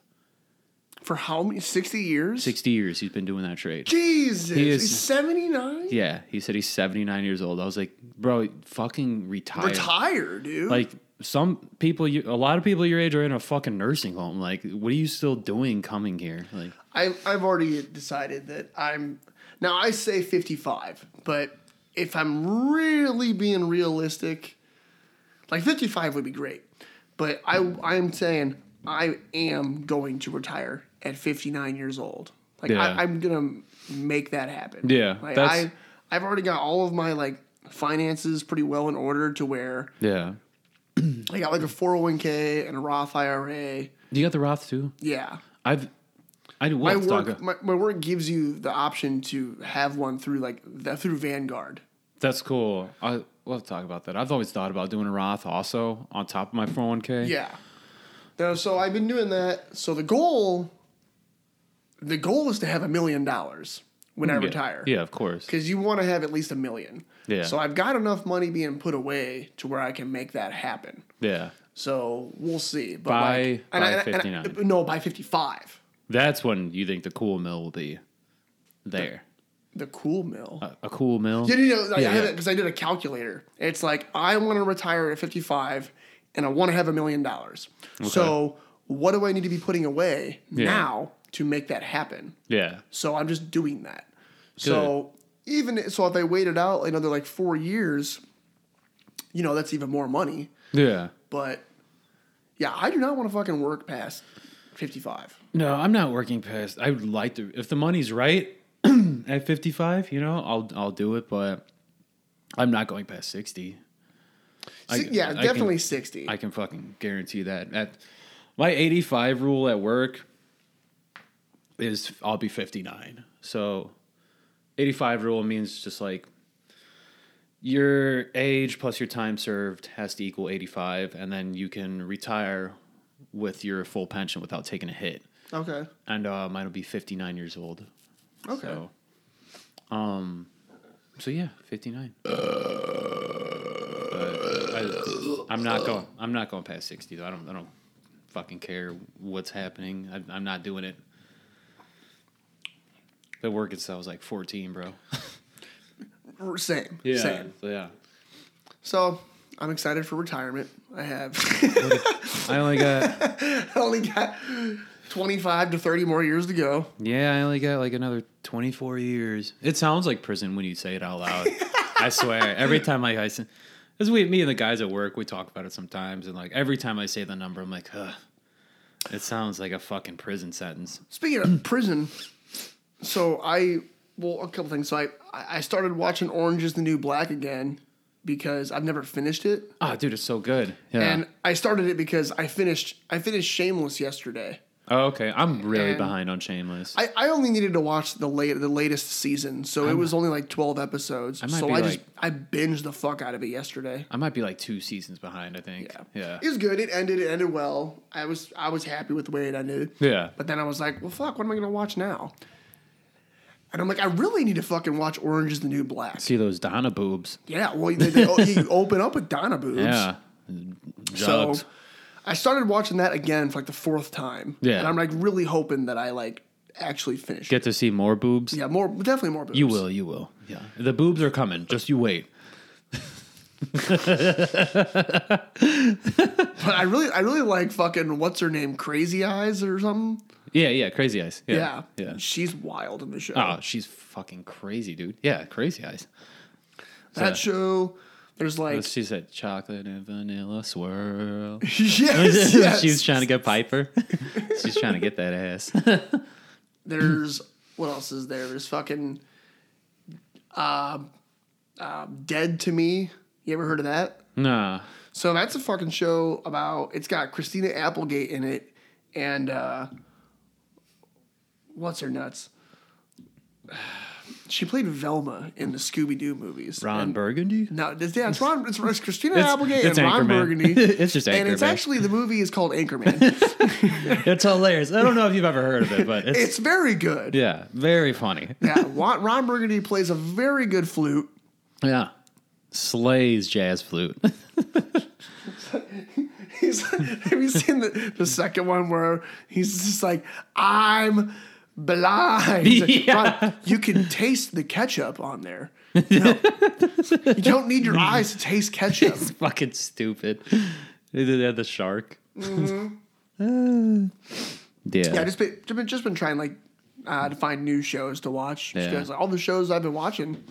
S4: for how many? Sixty years.
S3: 60 years he's been doing that trade.
S4: Jesus,
S3: He is-
S4: he's seventy nine.
S3: Yeah, he said he's 79 years old. I was like, bro, fucking retire.
S4: Retire, dude.
S3: Like some people you a lot of people your age are in a fucking nursing home. Like, what are you still doing coming here? Like,
S4: I've, I've already decided that I'm now I say 55, but if I'm really being realistic, like 55 would be great. But I I'm saying I am going to retire at 59 years old. Like
S3: Yeah.
S4: I, I'm gonna make that happen.
S3: Yeah,
S4: like
S3: that's-
S4: I I've already got all of my like finances pretty well in order to where
S3: yeah.
S4: I got like a 401k and a Roth IRA.
S3: You got the Roth too?
S4: Yeah,
S3: I've I will
S4: my
S3: have to talk
S4: work, my, my work gives you the option to have one through like the, through Vanguard.
S3: That's cool. I we'll have to talk about that. I've always thought about doing a Roth also on top of my 401k.
S4: Yeah. No, so I've been doing that. So the goal, the goal is to have a million dollars when I
S3: Yeah.
S4: retire.
S3: Yeah, of course.
S4: Because you want to have at least a million.
S3: Yeah.
S4: So I've got enough money being put away to where I can make that happen.
S3: Yeah.
S4: So we'll see. But
S3: By-
S4: like,
S3: by
S4: I- I-
S3: 59.
S4: no, by fifty five.
S3: That's when you think the cool mill will be there.
S4: The cool mill.
S3: A, a cool mill.
S4: Yeah, you know, like,
S3: Yeah,
S4: I had
S3: yeah.
S4: because I did a calculator. It's like I want to retire at 55 and I want to have a million dollars. So what do I need to be putting away
S3: Yeah.
S4: now to make that happen?
S3: Yeah.
S4: So I'm just doing that. So even so, if I waited out another like four years, you know, that's even more money.
S3: Yeah.
S4: But yeah, I do not want to fucking work past 55.
S3: No, I'm not working past. I would like to. If the money's right at 55, you know, I'll I'll do it. But I'm not going past 60. I-
S4: Si- yeah,
S3: I can-
S4: definitely 60.
S3: I can fucking guarantee that. At my 85 rule at work is I'll be 59. So 85 rule means just like your age plus your time served has to equal 85, and then you can retire with your full pension without taking a hit
S4: okay.
S3: and uh, mine will be 59 years old.
S4: Okay.
S3: So, um, so yeah, 59. But I'm not going. I'm not going past sixty though. I don't. I don't fucking care what's happening. I, I'm not doing it. The work itself was like fourteen, bro.
S4: Same.
S3: Yeah.
S4: Same.
S3: Yeah.
S4: So I'm excited for retirement. I have
S3: I only got.
S4: I only got 25 to 30 more years to go.
S3: Yeah, I only got like another twenty four years. It sounds like prison when you say it out loud. I swear. Every time I, I as we, me and the guys at work, we talk about it sometimes, and like every time I say the number, I'm like, Ugh, it sounds like a fucking prison sentence.
S4: Speaking of prison, so I well a couple things. So I I started watching Orange Is the New Black again because I've never finished it,
S3: Oh, dude, it's so good. Yeah.
S4: and I started it because I finished I finished Shameless yesterday.
S3: oh, okay. I'm really
S4: and-
S3: behind on Shameless.
S4: I, I only needed to watch the late the latest season, so it was only like twelve episodes.
S3: might
S4: so
S3: be
S4: I just
S3: like-
S4: I binged the fuck out of it yesterday.
S3: I might be like two seasons behind. I think. Yeah.
S4: It was good. It ended. It ended well. I was I was happy with the way it ended.
S3: Yeah.
S4: But then I was like, well, fuck. What am I gonna watch now? And I'm like, I really need to fucking watch Orange Is the New Black.
S3: See those Donna boobs.
S4: Yeah, well, they, they, oh, you open up with Donna boobs.
S3: Yeah.
S4: So
S3: Jugs.
S4: I started watching that again for like the fourth time.
S3: Yeah.
S4: And I'm like really hoping that I like actually finish.
S3: Get to see more boobs.
S4: it. yeah, more definitely more boobs.
S3: You will. You will. Yeah. The boobs are coming. Just you wait.
S4: But I really I really like fucking what's her name, Crazy Eyes or something.
S3: Yeah. Yeah. Crazy eyes.
S4: Yeah.
S3: Yeah. Yeah.
S4: She's wild in the show.
S3: Oh, she's fucking crazy, dude. Yeah. Crazy eyes.
S4: that show there's like
S3: She said chocolate and vanilla swirl.
S4: yes, yes.
S3: she's trying to get Piper. she's trying to get that ass.
S4: there's what else is there? There's fucking uh, uh, Dead to Me. You ever heard of that?
S3: nah.
S4: So that's a fucking show about. It's got Christina Applegate in it, and uh, what's her nuts? She played Velma in the Scooby Doo movies.
S3: Ron
S4: And-
S3: Burgundy.
S4: No, it's, yeah, it's Ron. It's, it's Christina
S3: It's-
S4: Applegate
S3: it's
S4: and Ron
S3: Anchorman.
S4: Burgundy.
S3: It's just
S4: And it's
S3: Anchorman.
S4: actually the movie is called Anchorman.
S3: It's hilarious. I don't know if you've ever heard of it, but it's
S4: it's very good.
S3: yeah, very funny.
S4: Yeah, Ron, Ron Burgundy plays a very good flute.
S3: Yeah. Slays jazz flute.
S4: He's, have you seen the, the second one where he's just like, I'm blind? He's like,
S3: Yeah.
S4: "Ron, you can taste the ketchup on there. No, you don't need your eyes to taste ketchup.
S3: it's fucking stupid. They did that, the shark. Uh, yeah.
S4: Mm-hmm. Yeah, I just been, just been just been trying like uh, to find new shows to watch. Just
S3: Yeah.
S4: goes, like, all the shows I've been watching,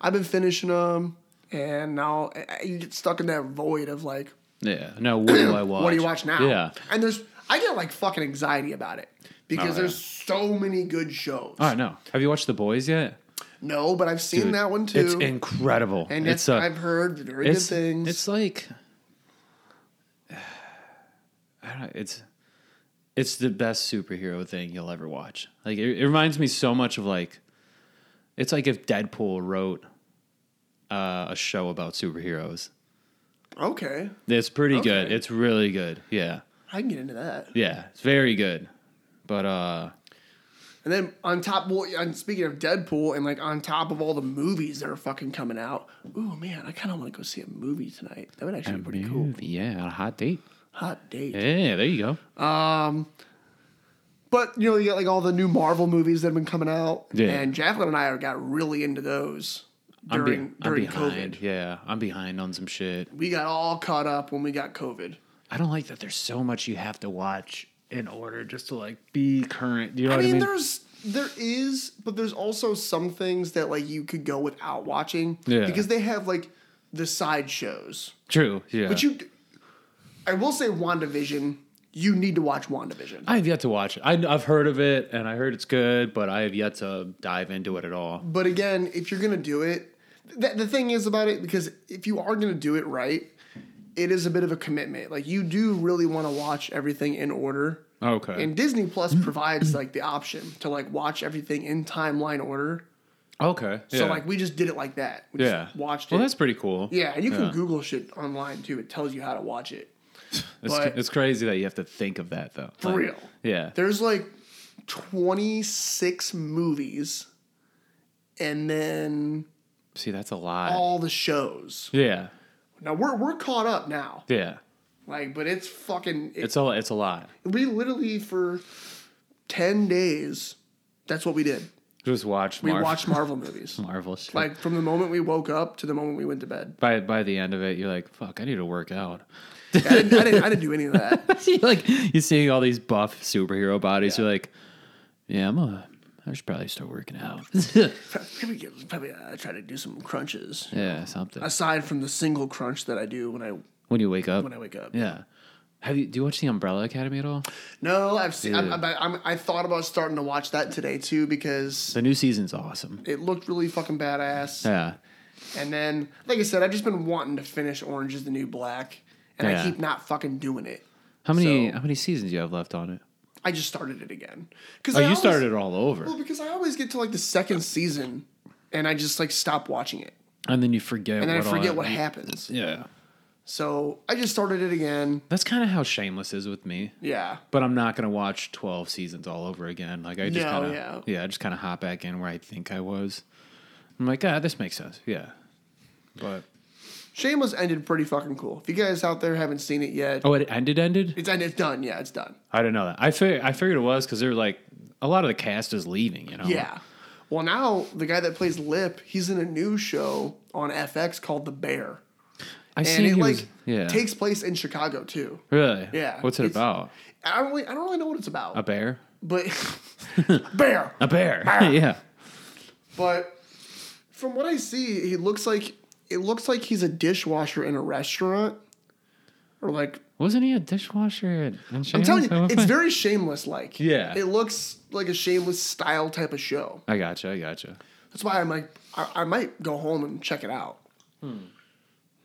S4: I've been finishing them, and now I- I- you get stuck in that void of like,
S3: yeah. No, what do I watch?
S4: what do you watch now?
S3: Yeah.
S4: and there's I get like fucking anxiety about it because
S3: Oh, yeah.
S4: there's so many good shows.
S3: Oh, no. Have you watched The Boys yet?
S4: No, but I've seen
S3: Dude,
S4: that one too,
S3: It's incredible.
S4: and
S3: it's
S4: it's,
S3: a,
S4: I've heard very good
S3: it's,
S4: things.
S3: It's like I don't know, it's it's the best superhero thing you'll ever watch. Like it, it reminds me so much of like it's like if Deadpool wrote uh, a show about superheroes.
S4: okay,
S3: It's pretty good.
S4: Okay.
S3: It's really good. Yeah.
S4: I can get into that.
S3: Yeah. It's very good. But uh
S4: And then on top, well, and speaking of Deadpool, and like on top of all the movies that are fucking coming out, ooh man, I kind of want to go see a movie tonight. That would actually be pretty cool.
S3: yeah, a hot date.
S4: Hot date.
S3: Yeah, there you go.
S4: But you know, you got like all the new Marvel movies that have been coming out,
S3: Yeah.
S4: and Jacqueline and I got really into those
S3: I'm, be-
S4: during
S3: I'm
S4: during
S3: behind.
S4: COVID.
S3: Yeah, I'm behind on some shit.
S4: We got all caught up when we got COVID.
S3: I don't like that there's so much you have to watch in order just to like be current. You know
S4: I
S3: what
S4: mean,
S3: I mean?
S4: there's there is, but there's also some things that like you could go without watching
S3: Yeah.
S4: because they have like the side shows.
S3: True. Yeah.
S4: But you, I will say, WandaVision. You need to watch WandaVision.
S3: I have yet to watch it. I, I've heard of it and I heard it's good, but I have yet to dive into it at all.
S4: But again, if you're gonna do it, th- the thing is about it because if you are gonna do it right, it is a bit of a commitment. Like you do really want to watch everything in order.
S3: Okay.
S4: And Disney Plus provides like the option to like watch everything in timeline order.
S3: okay. Yeah.
S4: So like we just did it like that. We
S3: yeah.
S4: just watched it.
S3: Well, that's pretty cool.
S4: yeah, and you can
S3: yeah.
S4: Google shit online too. It tells you how to watch it.
S3: It's,
S4: but-
S3: it's crazy that you have to think of that though.
S4: For
S3: Like,
S4: real.
S3: Yeah.
S4: There's like 26 movies and then
S3: See, that's a lot.
S4: all the shows.
S3: yeah.
S4: Now we're we're caught up now.
S3: Yeah.
S4: Like, but it's fucking. It,
S3: It's a it's a lot.
S4: we literally for ten days. That's what we did.
S3: Just watch
S4: We
S3: Marvel.
S4: watched Marvel movies.
S3: Marvel shit.
S4: Like from the moment we woke up to the moment we went to bed.
S3: by by the end of it, you're like, fuck, I need to work out.
S4: I didn't, I didn't, I didn't do any of that.
S3: You're like you're seeing all these buff superhero bodies. You're like, yeah, I'm a. I should probably start working out.
S4: Probably, get- probably uh, try to do some crunches.
S3: yeah, something.
S4: Aside from the single crunch that I do when I
S3: When you wake up.
S4: when I wake up.
S3: yeah. Have you do you watch the Umbrella Academy at all?
S4: No, I've seen. I'm,
S3: Yeah.
S4: I'm, I'm, I thought about starting to watch that today too because
S3: The new season's awesome.
S4: it looked really fucking badass.
S3: Yeah.
S4: And then, like I said, I've just been wanting to finish Orange Is the New Black, and
S3: Yeah.
S4: I keep not fucking doing it.
S3: How many
S4: So-
S3: how many seasons do you have left on it?
S4: I just started it again. Because
S3: Oh, you started it all over,
S4: Well, because I always get to like the second season, and I just like stop watching it,
S3: and then you forget.
S4: and then
S3: what
S4: I forget
S3: all-
S4: what happens.
S3: Yeah.
S4: So I just started it again.
S3: That's kind of how Shameless is with me.
S4: Yeah.
S3: But I'm not gonna watch 12 seasons all over again. Like I just
S4: No,
S3: kind of
S4: yeah.
S3: yeah. I just kind of hop back in where I think I was. I'm like, ah, this makes sense. Yeah. But
S4: Shameless ended pretty fucking cool. If you guys out there haven't seen it yet,
S3: oh, it ended. Ended.
S4: it's and it's done. Yeah, it's done.
S3: I didn't know that. I fig- I figured it was because they were like a lot of the cast is leaving. You know.
S4: Yeah. Well, now the guy that plays Lip, he's in a new show on FX called The Bear,
S3: I
S4: and
S3: see.
S4: it like
S3: yeah.
S4: takes place in Chicago too.
S3: really.
S4: Yeah,
S3: What's it
S4: it's-
S3: about?
S4: I don't really, I don't really know what it's about,
S3: A bear.
S4: but Bear.
S3: A bear. yeah.
S4: But from what I see, he looks like it looks like he's a dishwasher in a restaurant, or like
S3: Wasn't he a dishwasher? At, in
S4: I'm telling
S3: Shameless at
S4: you,
S3: one
S4: it's
S3: point?
S4: very shameless. Like
S3: Yeah.
S4: it looks like a shameless style type of show.
S3: I gotcha. I gotcha.
S4: That's why I'm like, I, I might go home and check it out.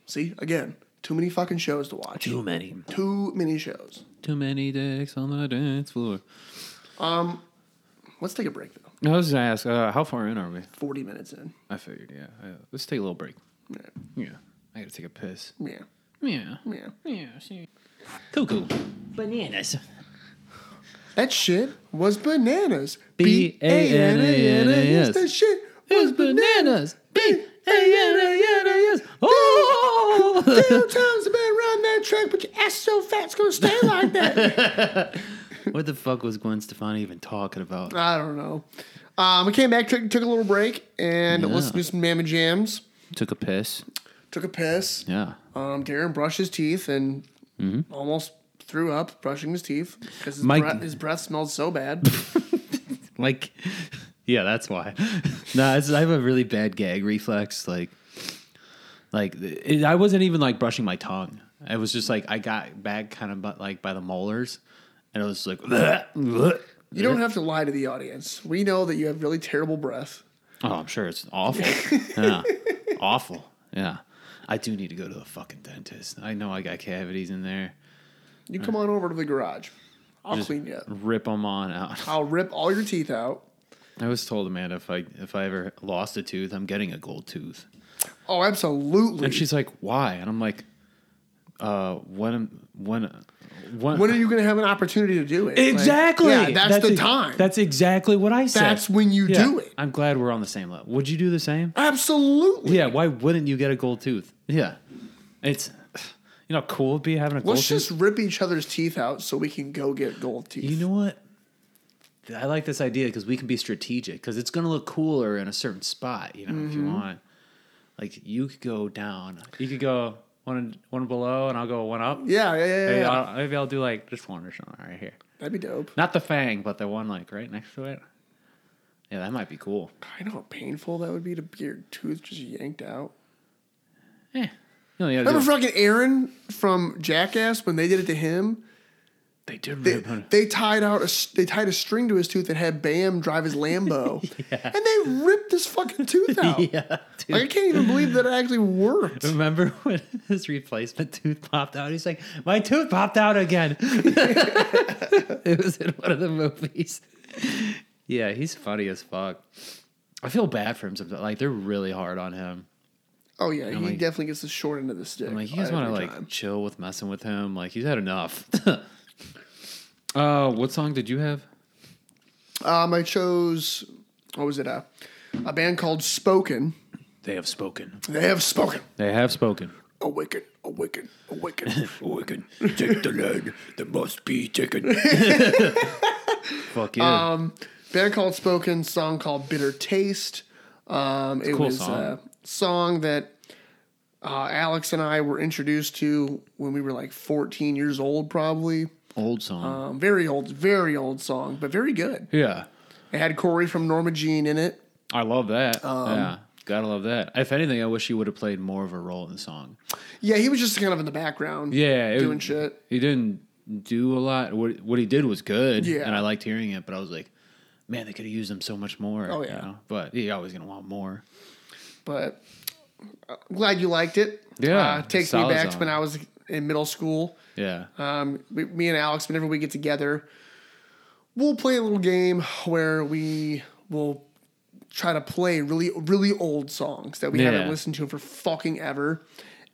S4: See, again, too many fucking shows to watch. Too,
S3: many.
S4: many shows.
S3: Too many dicks on the dance floor.
S4: Let's take a break though.
S3: No, I was gonna ask, uh, how far in are we?
S4: Forty minutes in.
S3: I figured, yeah. Uh, let's take a little break. Yeah. I gotta take a piss.
S4: Yeah,
S3: Yeah.
S4: yeah.
S3: Yeah. See. Cuckoo.
S2: Bananas.
S4: That shit was bananas.
S3: B A N A N A S.
S4: B-A-N-A-N-A-S. That shit was bananas.
S3: B A N A N A S. Oh.
S4: Two times about around that track, but your ass so fat it's gonna stay like that.
S3: what the fuck was Gwen Stefani even talking about?
S4: I don't know. Um, we came back, took, took a little break, and listened to some mamma jams.
S3: Took a piss.
S4: Took a piss.
S3: Yeah.
S4: Um, Darren brushed his teeth and almost threw up brushing his teeth because his,
S3: Mm-hmm. Mike-
S4: breath, his breath smelled so bad.
S3: Like, yeah, that's why. nah, it's, I have a really bad gag reflex. Like, like it, I wasn't even like brushing my tongue. It was just like I got back kind of but like by the molars, and it was like.
S4: you don't have to lie to the audience. We know that you have really terrible breath.
S3: Oh, I'm sure it's awful. yeah. Awful. Yeah. I do need to go to the fucking dentist. I know I got cavities in there.
S4: You come on over to the garage. I'll clean you up.
S3: Rip them on out.
S4: I'll rip all your teeth out.
S3: I was told Amanda if I if I ever lost a tooth, I'm getting a gold tooth.
S4: Oh, absolutely.
S3: And she's like, "Why?" And I'm like, "Uh, when am- when when,
S4: when are you going to have an opportunity to do it? Like,
S3: exactly?
S4: yeah, that's, the
S3: ex-
S4: time. That's,
S3: That's exactly what I said.
S4: when you
S3: Yeah.
S4: do it.
S3: I'm glad we're on the same level. Would you do the same?
S4: Absolutely.
S3: Yeah. Why wouldn't you get a gold tooth? Yeah. It's you know how cool it'd be having a gold
S4: Let's
S3: tooth.
S4: just rip each other's teeth out so we can go get gold teeth.
S3: You know what? I like this idea because we can be strategic because it's going to look cooler in a certain spot, you know, if
S4: Mm-hmm.
S3: you want. Like you could go down, you could go one one below, and I'll go one up.
S4: yeah, yeah, yeah, yeah.
S3: Maybe, I'll, maybe I'll do like just one or something right here.
S4: That'd be dope.
S3: Not the fang, but the one like right next to it. Yeah, that might be cool.
S4: I know how painful that would be to get your tooth just yanked out.
S3: Eh. You only gotta do-
S4: Remember fucking Aaron from Jackass when they did it to him?
S3: they did
S4: They,
S3: rip on it.
S4: they tied out a s- they tied a string to his tooth and had Bam drive his Lambo, and they ripped his fucking tooth out.
S3: Yeah, dude.
S4: Like, I can't even believe that it actually worked.
S3: Remember when his replacement tooth popped out? He's like, my tooth popped out again. it was in one of the movies. Yeah, he's funny as fuck. I feel bad for him sometimes. Like they're really hard on him.
S4: Oh yeah, he
S3: like-
S4: definitely gets the short end of the stick.
S3: I'm like, you guys want to
S4: every
S3: like
S4: time.
S3: chill with messing with him? Like he's had enough. uh, what song did you have?
S4: Um, I chose what was it? Uh, a band called Spoken.
S3: They have spoken.
S4: They have spoken.
S3: They have spoken.
S4: a wicked, a wicked, a wicked.
S5: Wicked, take the lead that must be taken.
S3: Fuck yeah.
S4: Better Called Spoken song called Bitter Taste. Um, it
S3: cool
S4: was
S3: song.
S4: a song that uh, Alex and I were introduced to when we were like 14 years old, probably.
S3: Old song.
S4: Um, very old, very old song, but very good.
S3: yeah.
S4: It had Corey from Norma Jean in it.
S3: I love that. yeah. Gotta love that. If anything, I wish he would have played more of a role in the song.
S4: Yeah, he was just kind of in the background.
S3: Yeah. it-
S4: doing shit.
S3: He didn't do a lot. What, what he did was good.
S4: Yeah.
S3: And I liked hearing it, but I was like, man, they could have used him so much more.
S4: Oh,
S3: you
S4: yeah.
S3: know? But you're always going to want more.
S4: But uh, glad you liked it.
S3: Yeah,
S4: uh, takes me
S3: solid
S4: back to
S3: song.
S4: when I was in middle school.
S3: Yeah.
S4: Um, we, me and Alex, whenever we get together, we'll play a little game where we will try to play really, really old songs that we haven't
S3: Yeah.
S4: listened to for fucking ever,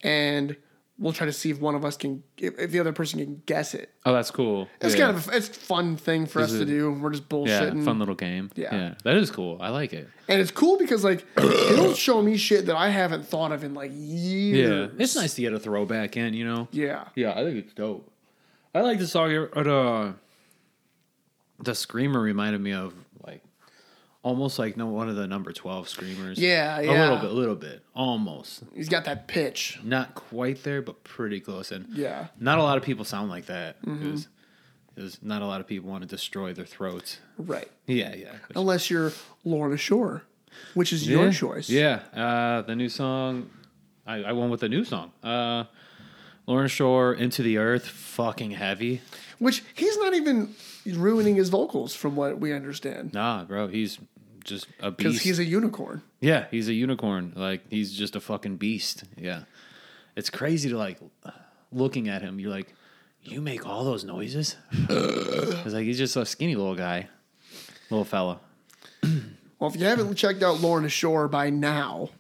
S4: and we'll try to see if one of us can, if, if the other person can guess it.
S3: oh, that's cool.
S4: It's
S3: yeah.
S4: kind of a, it's a fun thing for us to
S3: is-
S4: do. We're just
S3: yeah,
S4: bullshitting,
S3: fun little game.
S4: Yeah.
S3: That is cool. I like it.
S4: and it's cool because like he'll show me shit that I haven't thought of in like years.
S3: It's nice to get a throwback in, you know?
S4: Yeah,
S3: Yeah, I think it's dope. I like the song. uh, The the screamer reminded me of like almost like no one of the number twelve screamers.
S4: Yeah,
S3: a
S4: yeah.
S3: little bit, a little bit, almost
S4: he's got that pitch.
S3: not quite there, but pretty close. And
S4: Yeah. Mm-hmm.
S3: not a lot of people sound like that because not a lot of people want to destroy their throats.
S4: Right.
S3: Yeah, yeah.
S4: Unless you're Lorna Shore, which is your
S3: Yeah.
S4: choice.
S3: Yeah, uh, the new song. I, I went with the new song. Uh, Lauren Shore, "Into the Earth," fucking heavy.
S4: Which he's not even ruining his vocals from what we understand.
S3: Nah, bro, he's just a
S4: Because
S3: beast.
S4: he's a unicorn.
S3: yeah, he's a unicorn. Like he's just a fucking beast. Yeah, it's crazy to like looking at him. You're like, you make all those noises. it's like he's just a skinny little guy, little fella.
S4: Well, if you haven't checked out Lorna Shore by now,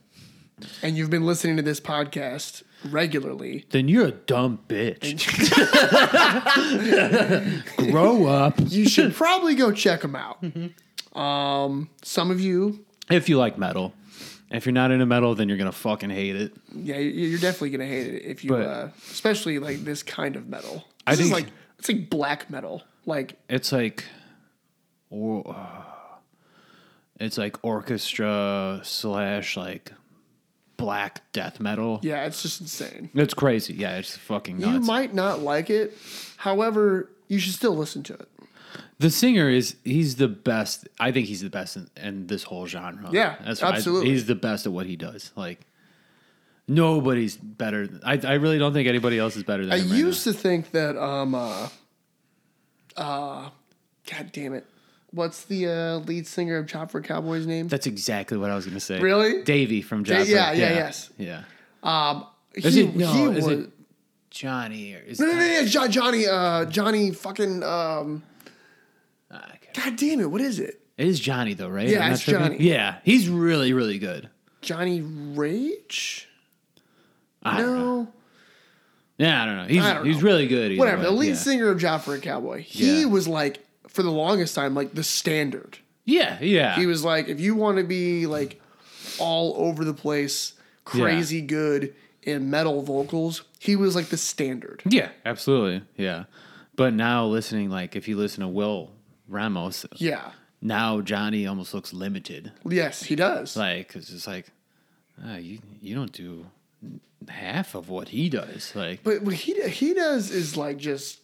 S4: and you've been listening to this podcast regularly,
S3: Then you're a dumb bitch. Grow up.
S4: you should probably go check him out. Um, some of you,
S3: If you like metal. If you're not into metal, then you're gonna fucking hate it.
S4: yeah, you- you're definitely gonna hate it if you,
S3: But-
S4: uh, especially like this kind of metal. This
S3: I
S4: is
S3: think-
S4: like it's like black metal. Like
S3: It's like, or uh, it's like orchestra slash like black death metal.
S4: yeah, it's just insane.
S3: It's crazy. Yeah, it's fucking
S4: You
S3: nuts.
S4: might not like it, however, you should still listen to it.
S3: the singer is he's the best. I think he's the best in, in this whole genre.
S4: Yeah,
S3: what I-
S4: absolutely.
S3: he's the best at what he does. Like nobody's better. th- I I really don't think anybody else is better than
S4: I
S3: him. right
S4: used to think that um uh uh god damn it. What's the uh, lead singer of Chop for Cowboys name?
S3: now. That's exactly what I was gonna say.
S4: Really?
S3: Davey from
S4: Da-
S3: Jeopardy.
S4: yeah, yeah, yes.
S3: yeah.
S4: he,
S3: Is it no?
S4: he
S3: is
S4: was
S3: it Johnny or is
S4: No, no, no,
S3: it,
S4: no, Jo- Johnny uh Johnny fucking um
S3: Ah, I can't
S4: god damn it, what is it?
S3: It is Johnny though, right?
S4: Yeah,
S3: I'm not
S4: it's
S3: tripping.
S4: Johnny.
S3: Yeah, he's really, really good.
S4: Johnny Rage?
S3: I don't know.
S4: No.
S3: Yeah, I don't know. He's
S4: I don't
S3: he's
S4: know.
S3: really good. either
S4: Whatever. The
S3: way.
S4: lead
S3: yeah.
S4: singer of Job for a Cowboy. He
S3: Yeah.
S4: was like for the longest time like the standard.
S3: Yeah, yeah.
S4: He was like, if you want to be like all over the place, crazy good in metal vocals, he was like the standard.
S3: yeah, absolutely. Yeah, but now listening, like if you listen to Will Ramos,
S4: Yeah.
S3: now Johnny almost looks limited.
S4: Yes, he does.
S3: Like 'cause it's like, ah, you you don't do half of what he does. Like
S4: but what he he does is like just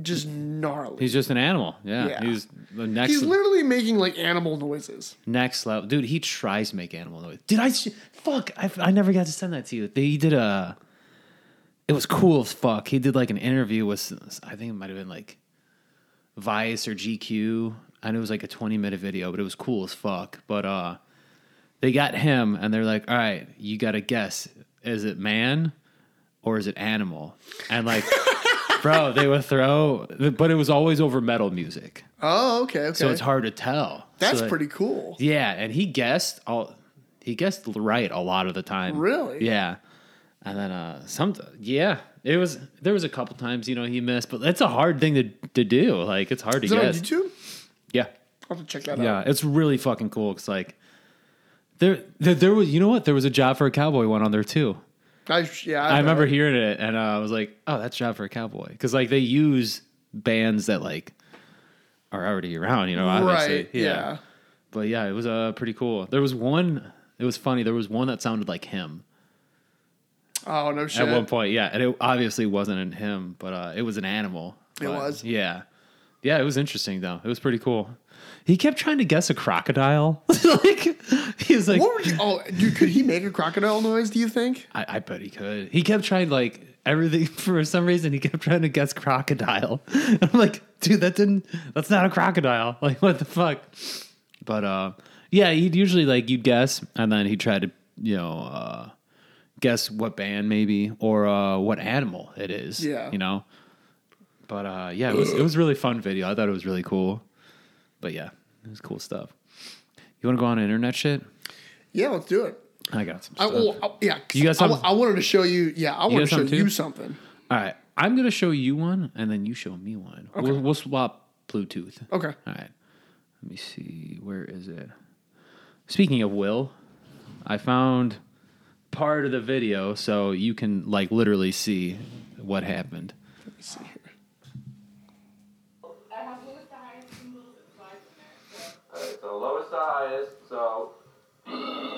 S4: just gnarly.
S3: he's just an animal. Yeah,
S4: Yeah.
S3: he's the next.
S4: He's literally making like animal noises.
S3: Next level, dude. He tries to make animal noise. Did I? Sh- fuck, I, I never got to send that to you. They did a. It was cool as fuck. He did like an interview with, I think it might have been like, Vice or GQ. I know it was like a twenty minute video, but it was cool as fuck. But uh, they got him, and they're like, "All right, you got to guess: is it man or is it animal?" And like, bro, they would throw, but it was always over metal music,
S4: Oh, okay, okay.
S3: so it's hard to tell.
S4: That's
S3: So, like,
S4: pretty cool.
S3: yeah, and he guessed all. He guessed right a lot of the time.
S4: Really?
S3: Yeah. And then uh some yeah, it was there was a couple times you know he missed, but that's a hard thing to to do. Like it's hard to
S4: Is it on
S3: guess.
S4: YouTube?
S3: Yeah.
S4: I'll have to check that
S3: Yeah,
S4: out.
S3: it's really fucking cool. It's like there, there there was you know what there was a job for a cowboy one on there too.
S4: I, yeah,
S3: I remember hearing it and uh, I was like, oh, that's Job for a Cowboy. Because like they use bands that like are already around, you know, obviously.
S4: Right. Yeah.
S3: But yeah, it was uh, pretty cool. There was one, it was funny. There was one that sounded like him
S4: Oh no shit.
S3: at one point. Yeah. And it obviously wasn't in him, but uh, it was an animal.
S4: It
S3: But,
S4: was?
S3: Yeah. Yeah. It was interesting though. It was pretty cool. He kept trying to guess a crocodile. like, he was like,
S4: What were you? Oh, dude, could he make a crocodile noise? Do you think?
S3: I, I bet he could. He kept trying like everything for some reason. He kept trying to guess crocodile. I'm like, dude, that didn't. That's not a crocodile. Like, what the fuck? But uh, yeah, he'd usually like you'd guess, and then he'd try to you know uh, guess what band maybe or uh, what animal it is.
S4: Yeah.
S3: you know. But uh, yeah, it was it was really fun video. I thought it was really cool. But yeah, it was cool stuff. You want to go on internet shit?
S4: Yeah, let's do it.
S3: I got some.
S4: I,
S3: Stuff.
S4: well, I- yeah, 'cause
S3: You got
S4: I-
S3: something?
S4: I, wanted to show you. Yeah, I want to
S3: got
S4: show
S3: something too?
S4: you something.
S3: All right. I'm going to show you one and then you show me one. We'll, we'll swap Bluetooth.
S4: Okay.
S3: All right. Let me see. Where is it? Speaking of Will, I found part of the video so you can, like, literally see what happened.
S4: Let me see here.
S6: I have one with the highest symbols of five in there.
S7: Alright, so lowest to highest, so.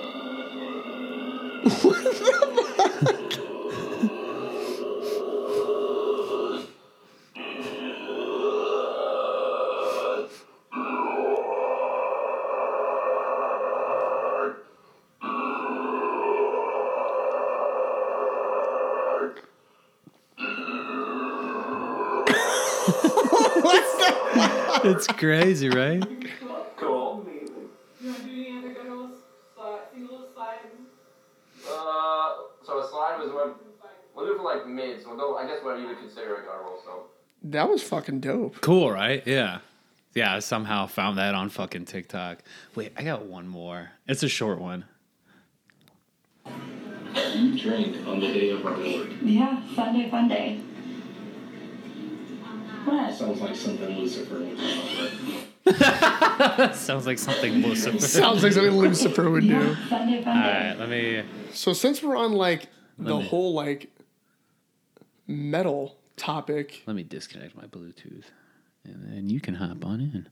S3: It's crazy, right?
S7: Cool.
S6: You want to do any other good old sli- single slides?
S7: Uh, so a slide was when. We'll do it for like mid, so though I guess whatever you would consider a gargoyle, so.
S4: That was fucking dope.
S3: Cool, right? Yeah. Yeah, I somehow found that on fucking TikTok. Wait, I got one more. It's a short one.
S8: You drank on the day of our Lord.
S9: Yeah, Sunday fun day. What?
S8: Sounds like something Lucifer would come up with.
S3: Sounds like something Lucifer.
S4: Sounds like something Lucifer would do.
S9: Yeah, Sunday fun
S3: All
S9: day.
S3: right, let me.
S4: So since we're on like the
S3: me-
S4: whole like metal topic,
S3: Let me disconnect my Bluetooth, and then you can hop on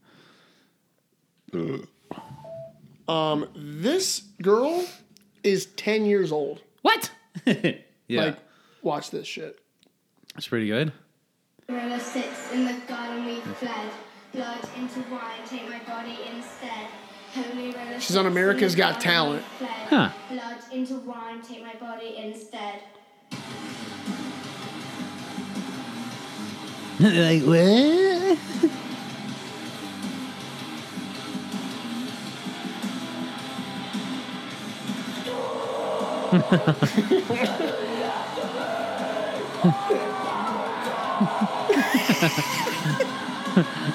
S3: in.
S4: um, this girl is ten years old.
S3: What? yeah,
S4: Like, watch this shit.
S3: that's pretty good.
S10: Gorilla sits in the garden we fled. Blood into wine, take my body instead. Holy roller
S4: She's on America's Got Talent.
S3: Huh.
S10: Blood into wine, take my body instead.
S3: like what?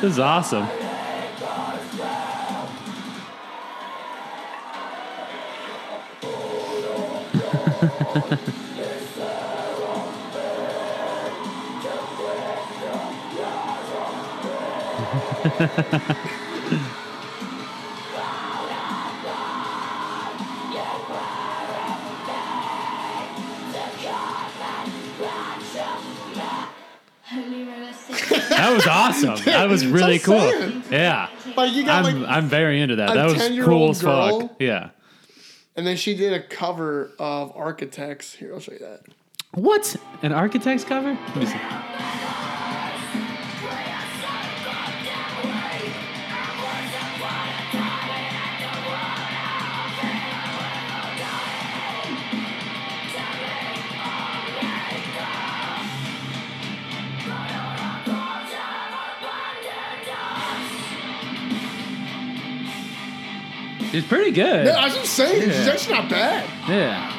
S3: this is awesome.
S10: Holy roller sits.
S3: That was awesome. that was
S4: That's what
S3: really
S4: I'm
S3: cool.
S4: saying.
S3: Yeah.
S4: Like you got
S3: I'm
S4: like,
S3: I'm very into that.
S4: a
S3: That was
S4: 10-year-old
S3: cool as fuck.
S4: girl.
S3: Yeah.
S4: and then she did a cover of Architects. Here, I'll show you that.
S3: What? An architect's cover? Let me see. It's pretty good.
S4: Yeah, I was just saying, she's
S3: Yeah.
S4: actually not bad.
S3: Yeah.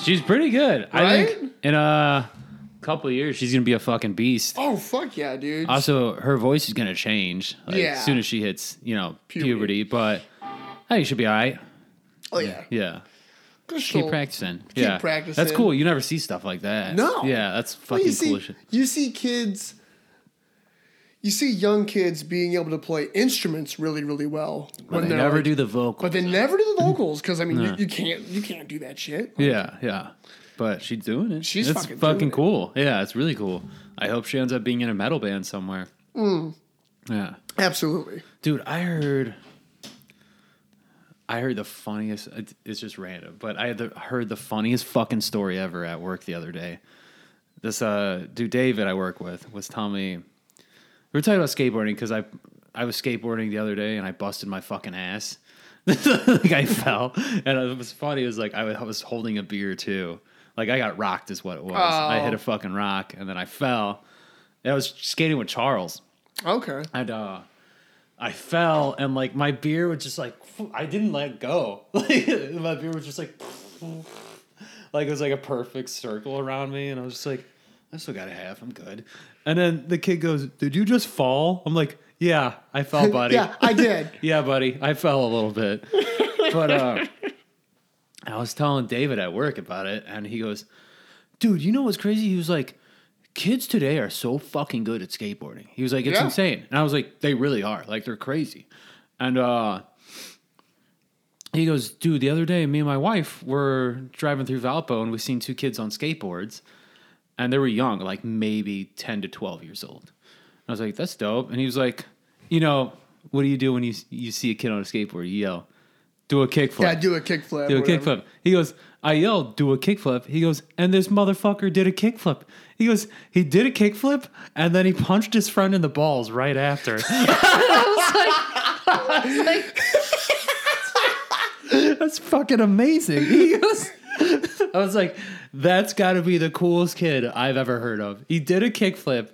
S3: She's pretty good. I
S4: Right?
S3: think in a couple of years she's gonna be a fucking beast.
S4: Oh fuck yeah, dude.
S3: Also, her voice is gonna change like,
S4: Yeah.
S3: as soon as she hits, you know,
S4: Puberty.
S3: puberty. But I think she'll be all right.
S4: oh yeah.
S3: Yeah.
S4: Good
S3: Keep
S4: soul.
S3: practicing. yeah,
S4: practicing.
S3: That's cool. You never see stuff like that.
S4: No.
S3: Yeah, that's
S4: Well,
S3: fucking
S4: you see,
S3: cool as shit.
S4: You see kids, you see young kids being able to play instruments really, really well.
S3: But they
S4: they're,
S3: never
S4: like-
S3: do the vocal.
S4: But they never do the vocals because I mean you, you can't you can't do that shit.
S3: Yeah, yeah. But she's doing it.
S4: She's
S3: That's
S4: fucking
S3: fucking,
S4: doing it.
S3: cool. Yeah, it's really cool. I hope she ends up being in a metal band somewhere.
S4: Mm.
S3: Yeah.
S4: Absolutely.
S3: Dude, I heard I heard the funniest it- it's just random, but I had the, heard the funniest fucking story ever at work the other day. This uh dude David I work with was telling me we were talking about skateboarding because I I was skateboarding the other day and I busted my fucking ass. like I fell, and it was funny. It was like I was, I was holding a beer too. Like I got rocked is what it was. I hit a fucking rock and then I fell. And I was skating with Charles.
S4: Okay.
S3: And uh, I fell and like my beer was just like I didn't let go. Like my beer was just like like it was like a perfect circle around me, and I was just like, I still got a half. I'm good. And then the kid goes, "Did you just fall?" I'm like, "Yeah, I fell, buddy.
S4: Yeah, I did.
S3: yeah, buddy, I fell a little bit." but uh, I was telling David at work about it, and he goes, "Dude, you know what's crazy?" He was like. Kids today are so fucking good at skateboarding. He was like, it's
S4: Yeah.
S3: insane. And I was like, they really are. Like, they're crazy. And uh, he goes, dude, the other day, me and my wife were driving through Valpo and we seen two kids on skateboards and they were young, like maybe 10 to 12 years old. And I was like, that's dope. And he was like, you know, what do you do when you, you see a kid on a skateboard? You yell, do a kickflip.
S4: Yeah, do a kickflip.
S3: Do a
S4: whatever.
S3: kickflip. He goes, I yelled, do a kickflip. He goes, and this motherfucker did a kickflip. He goes, he did a kickflip and then he punched his friend in the balls right after. That's fucking amazing. He goes, I was like, that's got to be the coolest kid I've ever heard of. He did a kickflip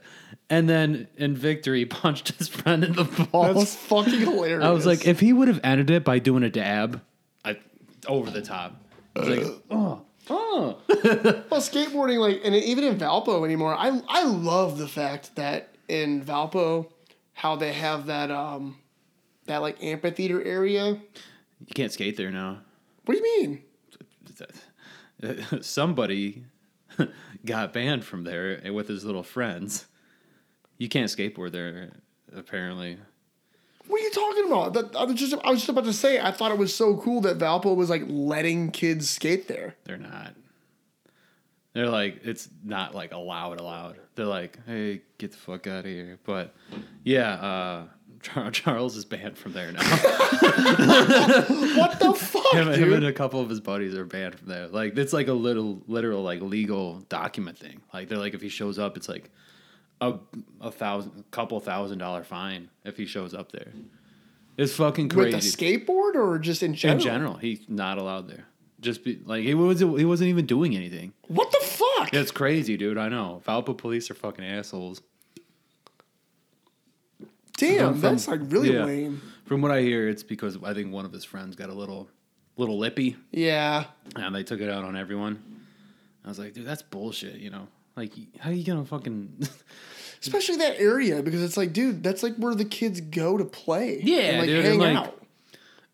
S3: and then in victory punched his friend in the balls.
S4: That's fucking hilarious.
S3: I was like, if he would have ended it by doing a dab, I, over the top. I was like, oh, oh.
S4: well, skateboarding, like, and even in Valpo anymore, I I love the fact that in Valpo, how they have that um, that like amphitheater area.
S3: You can't skate there now.
S4: What do you mean?
S3: Somebody got banned from there with his little friends. You can't skateboard there, apparently.
S4: What are you talking about? That, I was just I was just about to say. I thought it was so cool that Valpo was like letting kids skate there.
S3: They're not. They're like, it's not like allowed, allowed. They're like, hey, get the fuck out of here. But yeah, uh, Char- Charles is banned from there now.
S4: What the fuck,
S3: him, him
S4: dude?
S3: and a couple of his buddies are banned from there. Like it's like a little literal like legal document thing. Like they're like if he shows up, it's like a a thousand couple thousand dollar fine if he shows up there. It's fucking
S4: With
S3: crazy.
S4: a skateboard or just in
S3: In
S4: general?
S3: general, he's not allowed there. Just be like he was he wasn't even doing anything.
S4: What the fuck?
S3: It's crazy, dude. I know. Valpo police are fucking assholes.
S4: Damn,
S3: from-
S4: that's like really
S3: yeah.
S4: lame.
S3: From what I hear, it's because I think one of his friends got a little little lippy.
S4: Yeah.
S3: and they took it out on everyone. I was like, dude, that's bullshit. You know, like, how you gonna fucking?
S4: especially that area because it's like, dude, that's like where the kids go to play.
S3: Yeah,
S4: and like
S3: dude,
S4: hang
S3: and, like-
S4: out.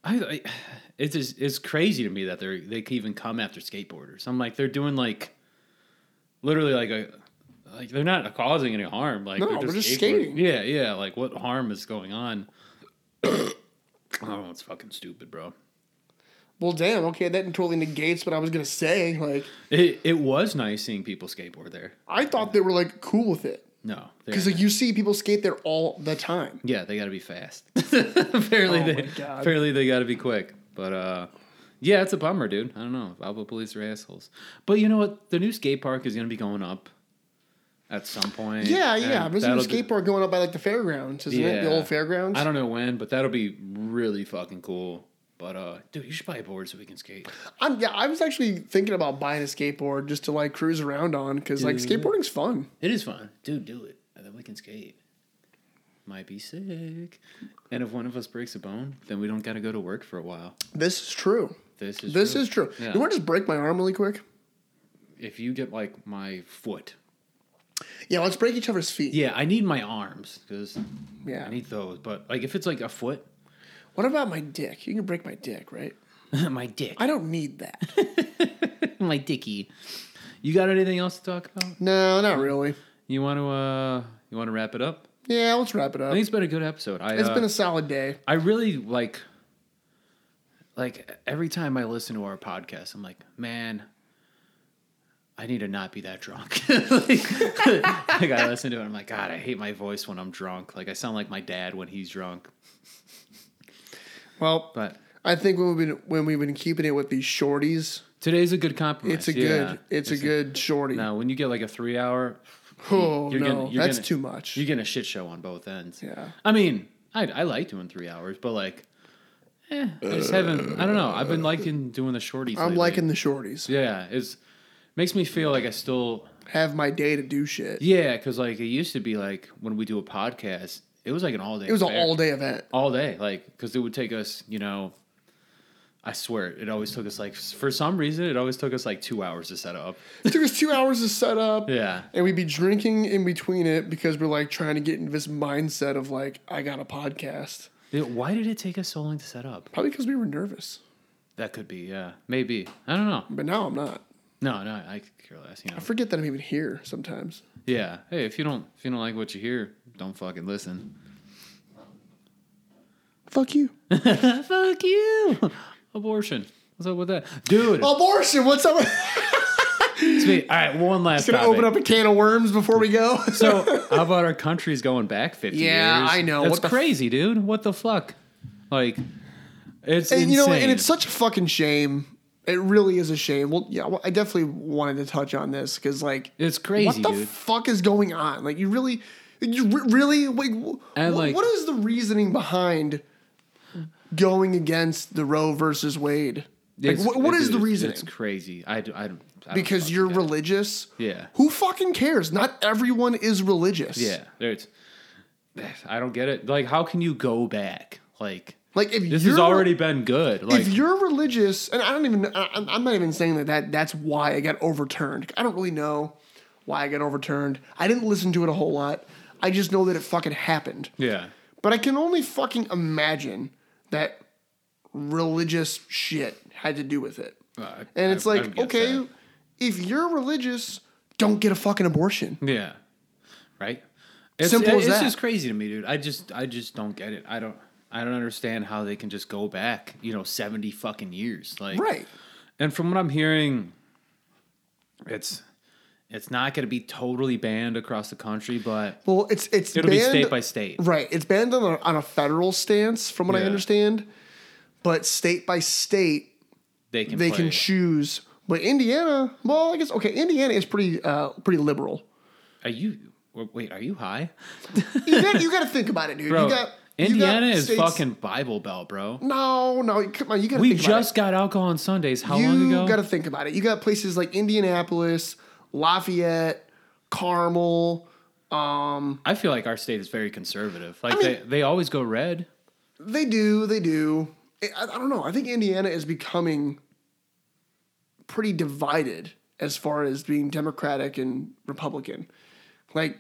S3: I, I it's just, it's crazy to me that they are they can even come after skateboarders. I'm like, they're doing like, literally like a. Like they're not causing any harm. Like
S4: No,
S3: they're
S4: they're just
S3: skateboard-
S4: skating.
S3: Yeah, yeah. Like what harm is going on? oh, it's fucking stupid, bro.
S4: Well, damn. Okay, that totally negates what I was gonna say. Like,
S3: It it was nice seeing people skateboard there.
S4: I thought they were like cool with it
S3: No, they're
S4: because like you see people skate there all the time.
S3: Yeah, they got to be fast. apparently,
S4: Oh
S3: they,
S4: my God.
S3: apparently they got to be quick. But uh, yeah, it's a bummer, dude. I don't know. Valpo police are assholes. But you know what? The new skate park is going to be going up at some point.
S4: Yeah, yeah.
S3: and
S4: There's a new
S3: that'll be-
S4: skate park going up by like the fairgrounds, isn't it? The old fairgrounds.
S3: I don't know when, but that'll be really fucking cool. But uh, dude, you should buy a board so we can skate.
S4: I'm, yeah, I was actually thinking about buying a skateboard just to like cruise around on because like skateboarding's fun.
S3: It is fun, dude. Do it, and then we can skate. Might be sick, and if one of us breaks a bone, then we don't got to go to work for a while.
S4: This is true.
S3: This is
S4: this
S3: true.
S4: is true.
S3: Yeah.
S4: You want to just break my arm really quick?
S3: if you get like my foot.
S4: Yeah, let's break each other's feet.
S3: Yeah, I need my arms because I
S4: yeah.
S3: need those. But like, if it's like a foot,
S4: What about my dick? You can break my dick, right?
S3: my dick.
S4: I don't need that.
S3: my dicky. You got anything else to talk about?
S4: no, not really.
S3: You want to uh you want to wrap it up?
S4: Yeah, let's wrap it
S3: I
S4: up.
S3: think
S4: It's
S3: it's been a good episode. I uh,
S4: been a solid day.
S3: I really like like every time I listen to our podcast, I'm like, man, I need to not be that drunk. like, like, I listen to it, I'm like, God, I hate my voice when I'm drunk. Like I sound like my dad when he's drunk.
S4: Well,
S3: But
S4: I think when we've been when we've been keeping it with these shorties,
S3: today's a good compromise.
S4: it's a
S3: yeah.
S4: good it's a good shorty.
S3: Now, when you get like a three hour,
S4: oh
S3: you're
S4: no,
S3: gonna- you're
S4: that's
S3: gonna-
S4: too much.
S3: you get a shit show on both ends.
S4: yeah,
S3: I mean, I I like doing three hours, but like, eh, I just haven't. I don't know. I've been liking doing the shorties.
S4: I'm
S3: lately.
S4: liking the shorties.
S3: Yeah, it's makes me feel like I still.
S4: Have my day to do shit.
S3: Yeah, because like it used to be like when we do a podcast, it was like an all day.
S4: It was an all day event.
S3: all day, like because it would take us, you know. I swear, it always took us like for some reason it always took us like two hours to set up.
S4: It took us two hours to set up.
S3: Yeah,
S4: And we'd be drinking in between it because we're like trying to get into this mindset of like, I got a podcast.
S3: It- why did it take us so long to set up?
S4: Probably because we were nervous.
S3: That could be, yeah, maybe. I don't know.
S4: But now I'm not.
S3: No, no, I could care less. You know,
S4: I forget that I'm even here sometimes.
S3: Yeah. Hey, if you don't if you don't like what you hear, don't fucking listen.
S4: Fuck you.
S3: Fuck you. Abortion. What's up with that, dude?
S4: Oh. Abortion. What's up?
S3: it's me. All right, one last.
S4: Gonna
S3: topic.
S4: open up a can of worms before we go.
S3: So, how about our country's going back fifty
S4: Yeah,
S3: years?
S4: I know.
S3: That's
S4: What the f-
S3: crazy, dude. What the fuck? Like, it's
S4: and
S3: insane.
S4: you know, and it's such a fucking shame. It really is a shame. Well, yeah, well, I definitely wanted to touch on this because, like,
S3: It's crazy,
S4: What the
S3: dude.
S4: fuck is going on? Like, you really, you re- really, like, wh-
S3: And,
S4: wh-
S3: like-
S4: what is the reasoning behind going against the Roe versus Wade? Like,
S3: It's-
S4: wh- what
S3: dude,
S4: is the
S3: it's-
S4: reasoning?
S3: It's crazy. I, d- I, don't- I don't
S4: because
S3: fucking
S4: you're
S3: get it.
S4: religious.
S3: Yeah.
S4: Who fucking cares? Not everyone is religious.
S3: Yeah, there it's. I don't get it. Like, how can you go back? Like,
S4: Like if
S3: this
S4: you're,
S3: has already been good. Like,
S4: if you're religious, and I don't even, I, I'm- I'm not even saying that, that that's why I got overturned. I don't really know why I got overturned. I didn't listen to it a whole lot. I just know that it fucking happened.
S3: yeah,
S4: But I can only fucking imagine that religious shit had to do with it.
S3: Uh, I-
S4: And it's
S3: I- I
S4: like,
S3: get
S4: okay,
S3: that.
S4: if you're religious, don't get a fucking abortion.
S3: Yeah. Right? It's,
S4: Simple as
S3: it's
S4: that.
S3: just crazy to me, dude. I just I just don't get it. I don't I don't understand how they can just go back, you know, 70 fucking years. Like
S4: Right.
S3: And from what I'm hearing it's it's not going to be totally banned across the country, but
S4: Well, it's it's
S3: it'll be
S4: banned-
S3: state by state.
S4: Right. It's banned on a, on a federal stance, from what I
S3: Yeah.
S4: understand. But state by state,
S3: They can
S4: they
S3: play.
S4: can choose. But Indiana, well, I guess okay. Indiana is pretty uh, pretty liberal.
S3: Are you wait, are you high?
S4: You got you got to think about it, dude.
S3: Bro,
S4: you got you got
S3: Indiana is
S4: states-
S3: fucking Bible Belt, bro.
S4: No, no, come on. You got to
S3: We
S4: think about it.
S3: just got alcohol on Sundays. How long
S4: you
S3: ago?
S4: got to think about it. You got places like Indianapolis, Lafayette, Carmel. um,
S3: I feel like our state is very conservative. Like
S4: mean-
S3: they, they always go red.
S4: They do, they do. I, I don't know. I think Indiana is becoming pretty divided as far as being Democratic and Republican. Like,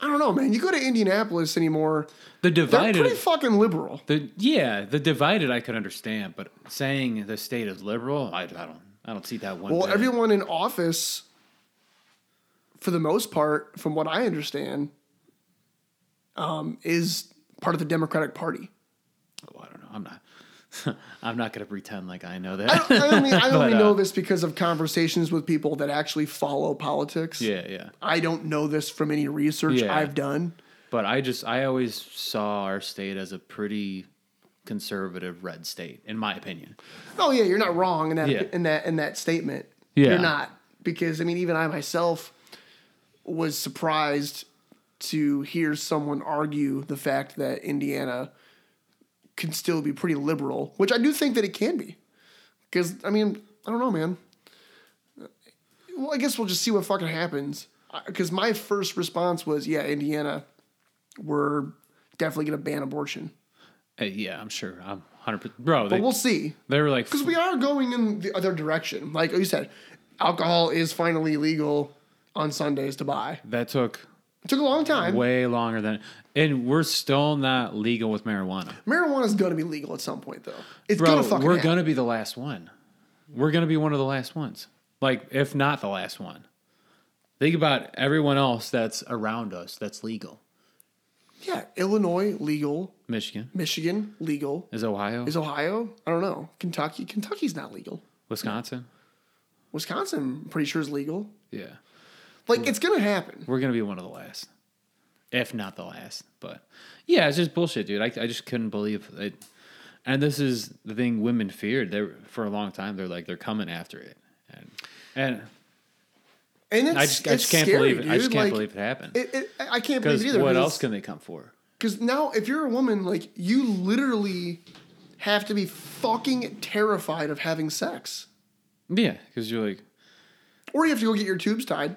S4: I don't know, man. You go to Indianapolis anymore,
S3: The
S4: they're
S3: divided
S4: pretty fucking liberal.
S3: The yeah, the divided I could understand, but saying the state is liberal, I, I don't I don't see that one.
S4: Well,
S3: bit.
S4: everyone in office, for the most part, from what I understand, um, is part of the Democratic Party.
S3: Oh, I don't know. I'm not. I'm not gonna pretend like I know
S4: I
S3: that.
S4: don't- I only, I only
S3: But, uh,
S4: know this because of conversations with people that actually follow politics.
S3: yeah, yeah.
S4: I don't know this from any research
S3: Yeah.
S4: I've done.
S3: But I just I always saw our state as a pretty conservative red state, in my opinion.
S4: Oh yeah, you're not wrong in that
S3: Yeah.
S4: in that in that statement.
S3: Yeah.
S4: You're not because I mean even I myself was surprised to hear someone argue the fact that Indiana can still be pretty liberal, which I do think that it can be. Cuz I mean, I don't know, man. Well, I guess we'll just see what fucking happens. Cuz my first response was, yeah, Indiana we're definitely going to ban abortion.
S3: Hey, Uh, yeah, I'm sure. I'm hundred percent, bro. They,
S4: But we'll see.
S3: they were like,
S4: Because we are going in the other direction. Like you said, alcohol is finally legal on Sundays to buy.
S3: that took
S4: It took a long time.
S3: way longer than, and we're still not legal with marijuana.
S4: Marijuana's gonna be legal at some point, though. It's
S3: Bro,
S4: gonna fucking
S3: we're
S4: happen.
S3: gonna be the last one. We're gonna be one of the last ones. Like, if not the last one. Think about everyone else that's around us that's legal.
S4: Yeah, Illinois legal,
S3: Michigan
S4: Michigan legal.
S3: is Ohio,
S4: Is Ohio? I don't know. Kentucky? Kentucky's not legal.
S3: Wisconsin.
S4: Wisconsin, I'm pretty sure is legal.
S3: Yeah,
S4: Like it's gonna happen.
S3: we're gonna be one of the last, if not the last. But yeah, it's just bullshit, dude. I I just couldn't believe it. And this is the thing women feared. They were- for a long time they're like they're coming after it, and and
S4: And it's,
S3: I just I
S4: it's
S3: just can't
S4: scary,
S3: believe it. I
S4: dude.
S3: just can't
S4: Like,
S3: believe it happened.
S4: It, it, I I can't believe
S3: Because
S4: it either.
S3: what else can they come for?
S4: Because now, if you're a woman, like you literally have to be fucking terrified of having sex,
S3: Yeah, because you're like,
S4: or you have to go get your tubes tied.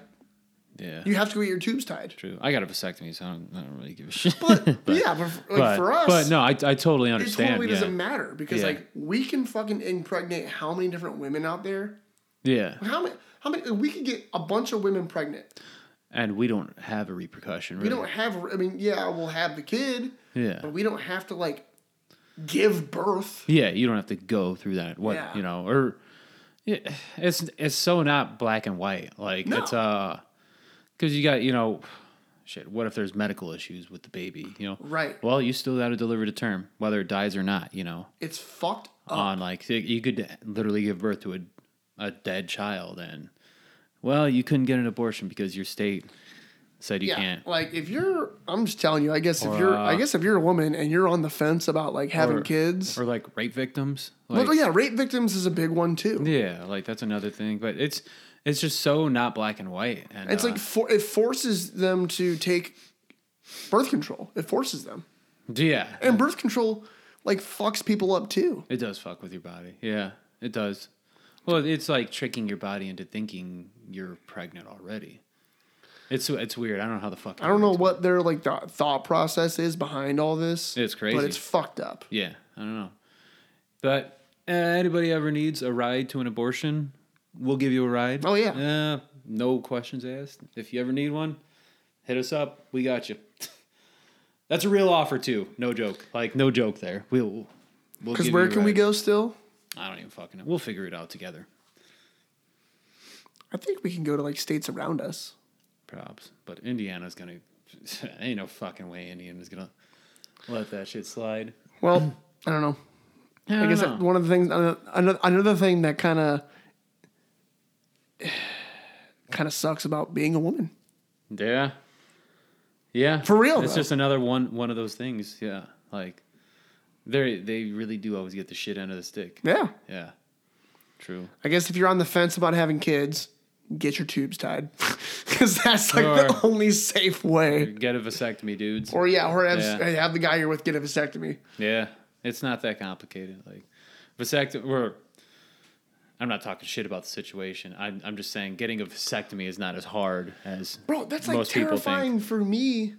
S3: yeah,
S4: You have to go get your tubes tied.
S3: true. I got a vasectomy, so I don't, I don't really give a shit.
S4: But, yeah, but, f- like
S3: but,
S4: for us,
S3: but no, I, I totally
S4: it
S3: understand.
S4: totally
S3: yeah.
S4: doesn't matter because
S3: Yeah.
S4: like we can fucking impregnate how many different women out there.
S3: yeah,
S4: How many? How many? We could get a bunch of women pregnant.
S3: and we don't have a repercussion.
S4: We
S3: Really.
S4: don't have. I mean, yeah, we'll have the kid,
S3: Yeah.
S4: but we don't have to like give birth.
S3: Yeah, you don't have to go through that. What
S4: Yeah.
S3: you know, or yeah, it's it's so not black and white. Like
S4: No.
S3: it's uh, because you got you know, shit. What if there's medical issues with the baby? You know,
S4: Right.
S3: Well, you still got to deliver to term, whether it dies or not. You know,
S4: It's fucked up.
S3: on like you could literally give birth to a a dead child, and well, you couldn't get an abortion because your state said you
S4: yeah,
S3: can't.
S4: like if you're, I'm just telling you. I guess
S3: Or,
S4: if you're, I
S3: uh,
S4: guess if you're a woman and you're on the fence about like having
S3: Or-
S4: kids,
S3: or like rape victims.
S4: well, yeah, rape victims is a big one too.
S3: yeah, like that's another thing. But it's it's just so not black and white. And
S4: It's
S3: uh,
S4: like for, it forces them to take birth control. It forces them,
S3: Yeah.
S4: and birth control like fucks people up too.
S3: It does fuck with your body. Yeah, it does. Well, it's like tricking your body into thinking you're pregnant already. It's it's weird. I don't know how the fuck.
S4: I don't know what their like th- thought process is behind all this.
S3: It's
S4: but
S3: crazy.
S4: it's fucked up.
S3: Yeah, I don't know. But uh, anybody ever needs a ride to an abortion, we'll give you a ride.
S4: Oh, yeah.
S3: Uh, no questions asked. If you ever need one, hit us up. We got you. That's a real offer too. No joke. Like no joke there. We'll. we'll
S4: Because
S3: give
S4: where
S3: you a
S4: can we
S3: ride.
S4: go still?
S3: I don't even fucking know. We'll figure it out together.
S4: I think we can go to like states around us.
S3: props. But Indiana's gonna ain't no fucking way Indiana's gonna let that shit slide.
S4: Well, I don't know. I guess
S3: Uh-huh.
S4: that- one of the things, another, another thing that kind of kind of sucks about being a woman.
S3: yeah, yeah,
S4: For real,
S3: It's
S4: though.
S3: just another one one of those things. Yeah, like they they really do always get the shit end of the stick.
S4: Yeah.
S3: Yeah, true.
S4: I guess if you're on the fence about having kids, get your tubes tied because that's like the
S3: Or-
S4: only safe way.
S3: Get a vasectomy, dudes.
S4: Or yeah, or have,
S3: Yeah.
S4: have the guy you're with get a vasectomy.
S3: Yeah, it's not that complicated. Like vasectomy, or I'm not talking shit about the situation. I'm I'm just saying getting a vasectomy is not as hard as
S4: Bro, that's like terrifying for me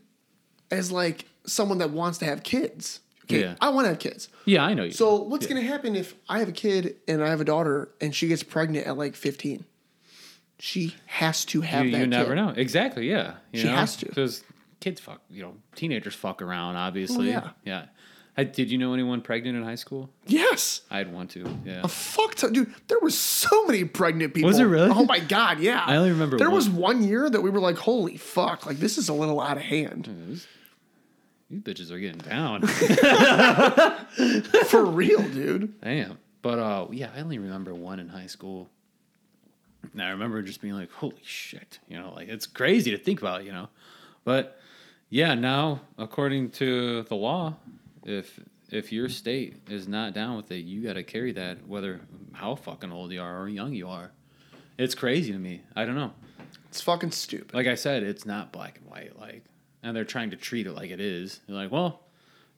S4: as like someone that wants to have kids. Okay,
S3: Yeah.
S4: I want to have kids.
S3: Yeah, I know you.
S4: So what's
S3: Yeah.
S4: gonna happen if I have a kid and I have a daughter and she gets pregnant at like 15? She has to have
S3: you,
S4: that.
S3: you never
S4: kid.
S3: know exactly yeah you
S4: She
S3: know?
S4: has to.
S3: because kids fuck you know teenagers fuck around obviously
S4: Oh, yeah.
S3: yeah I, did you know anyone pregnant in high school
S4: Yes,
S3: i'd want to yeah
S4: a fuck ton, dude. There were so many pregnant people.
S3: it really?
S4: Oh my god, yeah.
S3: I only remember
S4: there
S3: one.
S4: was one year that we were like, holy fuck, like this is a little out of hand
S3: you bitches are getting down Mm.
S4: for real, dude.
S3: damn but uh yeah i only remember one in high school and i remember just being like holy shit you know like it's crazy to think about you know but yeah now according to the law if if your state is not down with it you got to carry that whether how fucking old you are or young you are it's crazy to me i don't know
S4: It's fucking stupid.
S3: like I said, it's not black and white. Like, and they're trying to treat it like it is. They're like, well,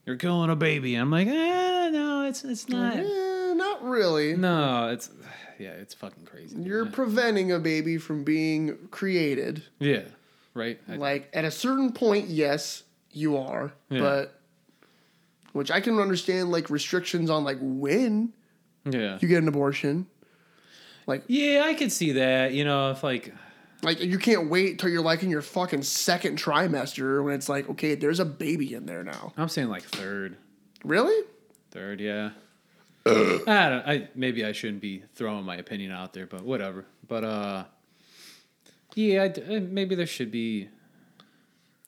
S3: you're killing a baby. And I'm like, ah, no, it's it's not.
S4: Eh, not really.
S3: No, it's yeah, it's fucking crazy. dude.
S4: You're preventing a baby from being created.
S3: yeah, right. I-
S4: Like at a certain point, yes, you are,
S3: Yeah.
S4: but which I can understand like restrictions on like when
S3: yeah,
S4: you get an abortion.
S3: yeah, I could see that. You know, if like
S4: Like you can't wait till you're like in your fucking second trimester when it's like, okay, there's a baby in there now.
S3: I'm saying like third,
S4: Really?
S3: third, yeah. I don't. I maybe I shouldn't be throwing my opinion out there, but whatever. But uh, yeah, I d- uh, maybe there should be.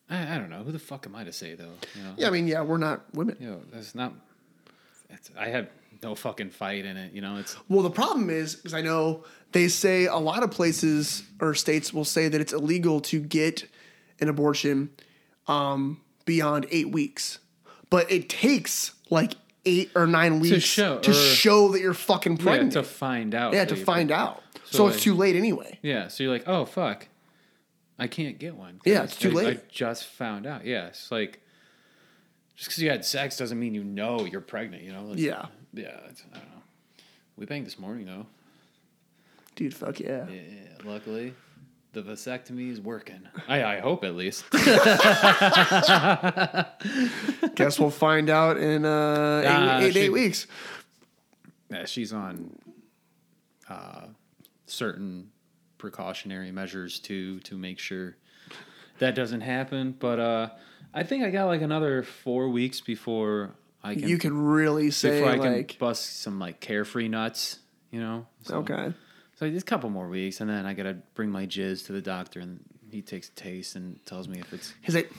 S3: I, I don't know. Who the fuck am I to say though? You know?
S4: Yeah, I mean, yeah, we're not women.
S3: You know, that's not. It's, I have no fucking fight in it. You know, it's
S4: Well, the problem is because I know they say a lot of places or states will say that it's illegal to get an abortion um, beyond eight weeks, but it takes like eight or nine weeks
S3: show-
S4: to
S3: or-
S4: show that you're fucking
S3: yeah,
S4: pregnant.
S3: to find out.
S4: Yeah,
S3: that
S4: to
S3: you-
S4: find out. So,
S3: So,
S4: it's
S3: like-
S4: too late anyway.
S3: Yeah, so you're like, oh fuck, I can't get one. 'cause
S4: Yeah, it's too
S3: I-
S4: late.
S3: I just found out. Yeah, it's like just because you had sex doesn't mean you know you're pregnant. You know? Like,
S4: Yeah.
S3: yeah. It's, I don't know. We banged this morning though.
S4: Dude, fuck yeah.
S3: Yeah, luckily, the vasectomy is working. I I hope at least.
S4: Guess we'll find out in uh, eight,
S3: Nah,
S4: eight,
S3: she-
S4: eight weeks.
S3: yeah, she's on uh, certain precautionary measures too to make sure that doesn't happen. But uh, I think I got like another four weeks before I can
S4: You can really say
S3: before I can
S4: like,
S3: bust some like carefree nuts, you know. So,
S4: okay,
S3: So just a couple more weeks, and then I gotta bring my jizz to the doctor, and he takes a taste and tells me if it's
S4: he's like,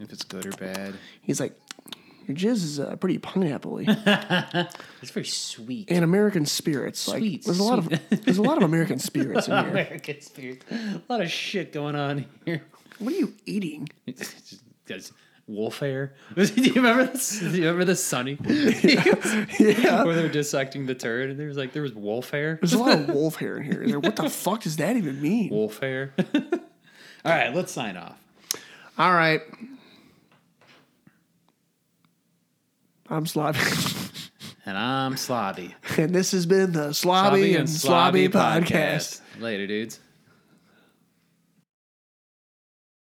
S3: if it's good or bad.
S4: he's like, your jizz is uh, pretty pineapple
S3: It's very sweet.
S4: and American spirits. Like,
S3: Sweet,
S4: there's a lot of there's a lot of American spirits in here.
S3: American spirit. A lot of shit going on here.
S4: What are you eating?
S3: Guys, wolf hair. Do you remember this? Do you remember the Sunny?
S4: Yeah,
S3: Where they were dissecting the turd, and there was like there was wolf hair.
S4: there's a lot of wolf hair in here. It's Like, what the fuck does that even mean?
S3: Wolf hair. All right, let's sign off.
S4: All right, I'm Slobby,
S3: And I'm Slobby.
S4: and this has been the Slobby, and Slobby podcast.
S3: Later, dudes.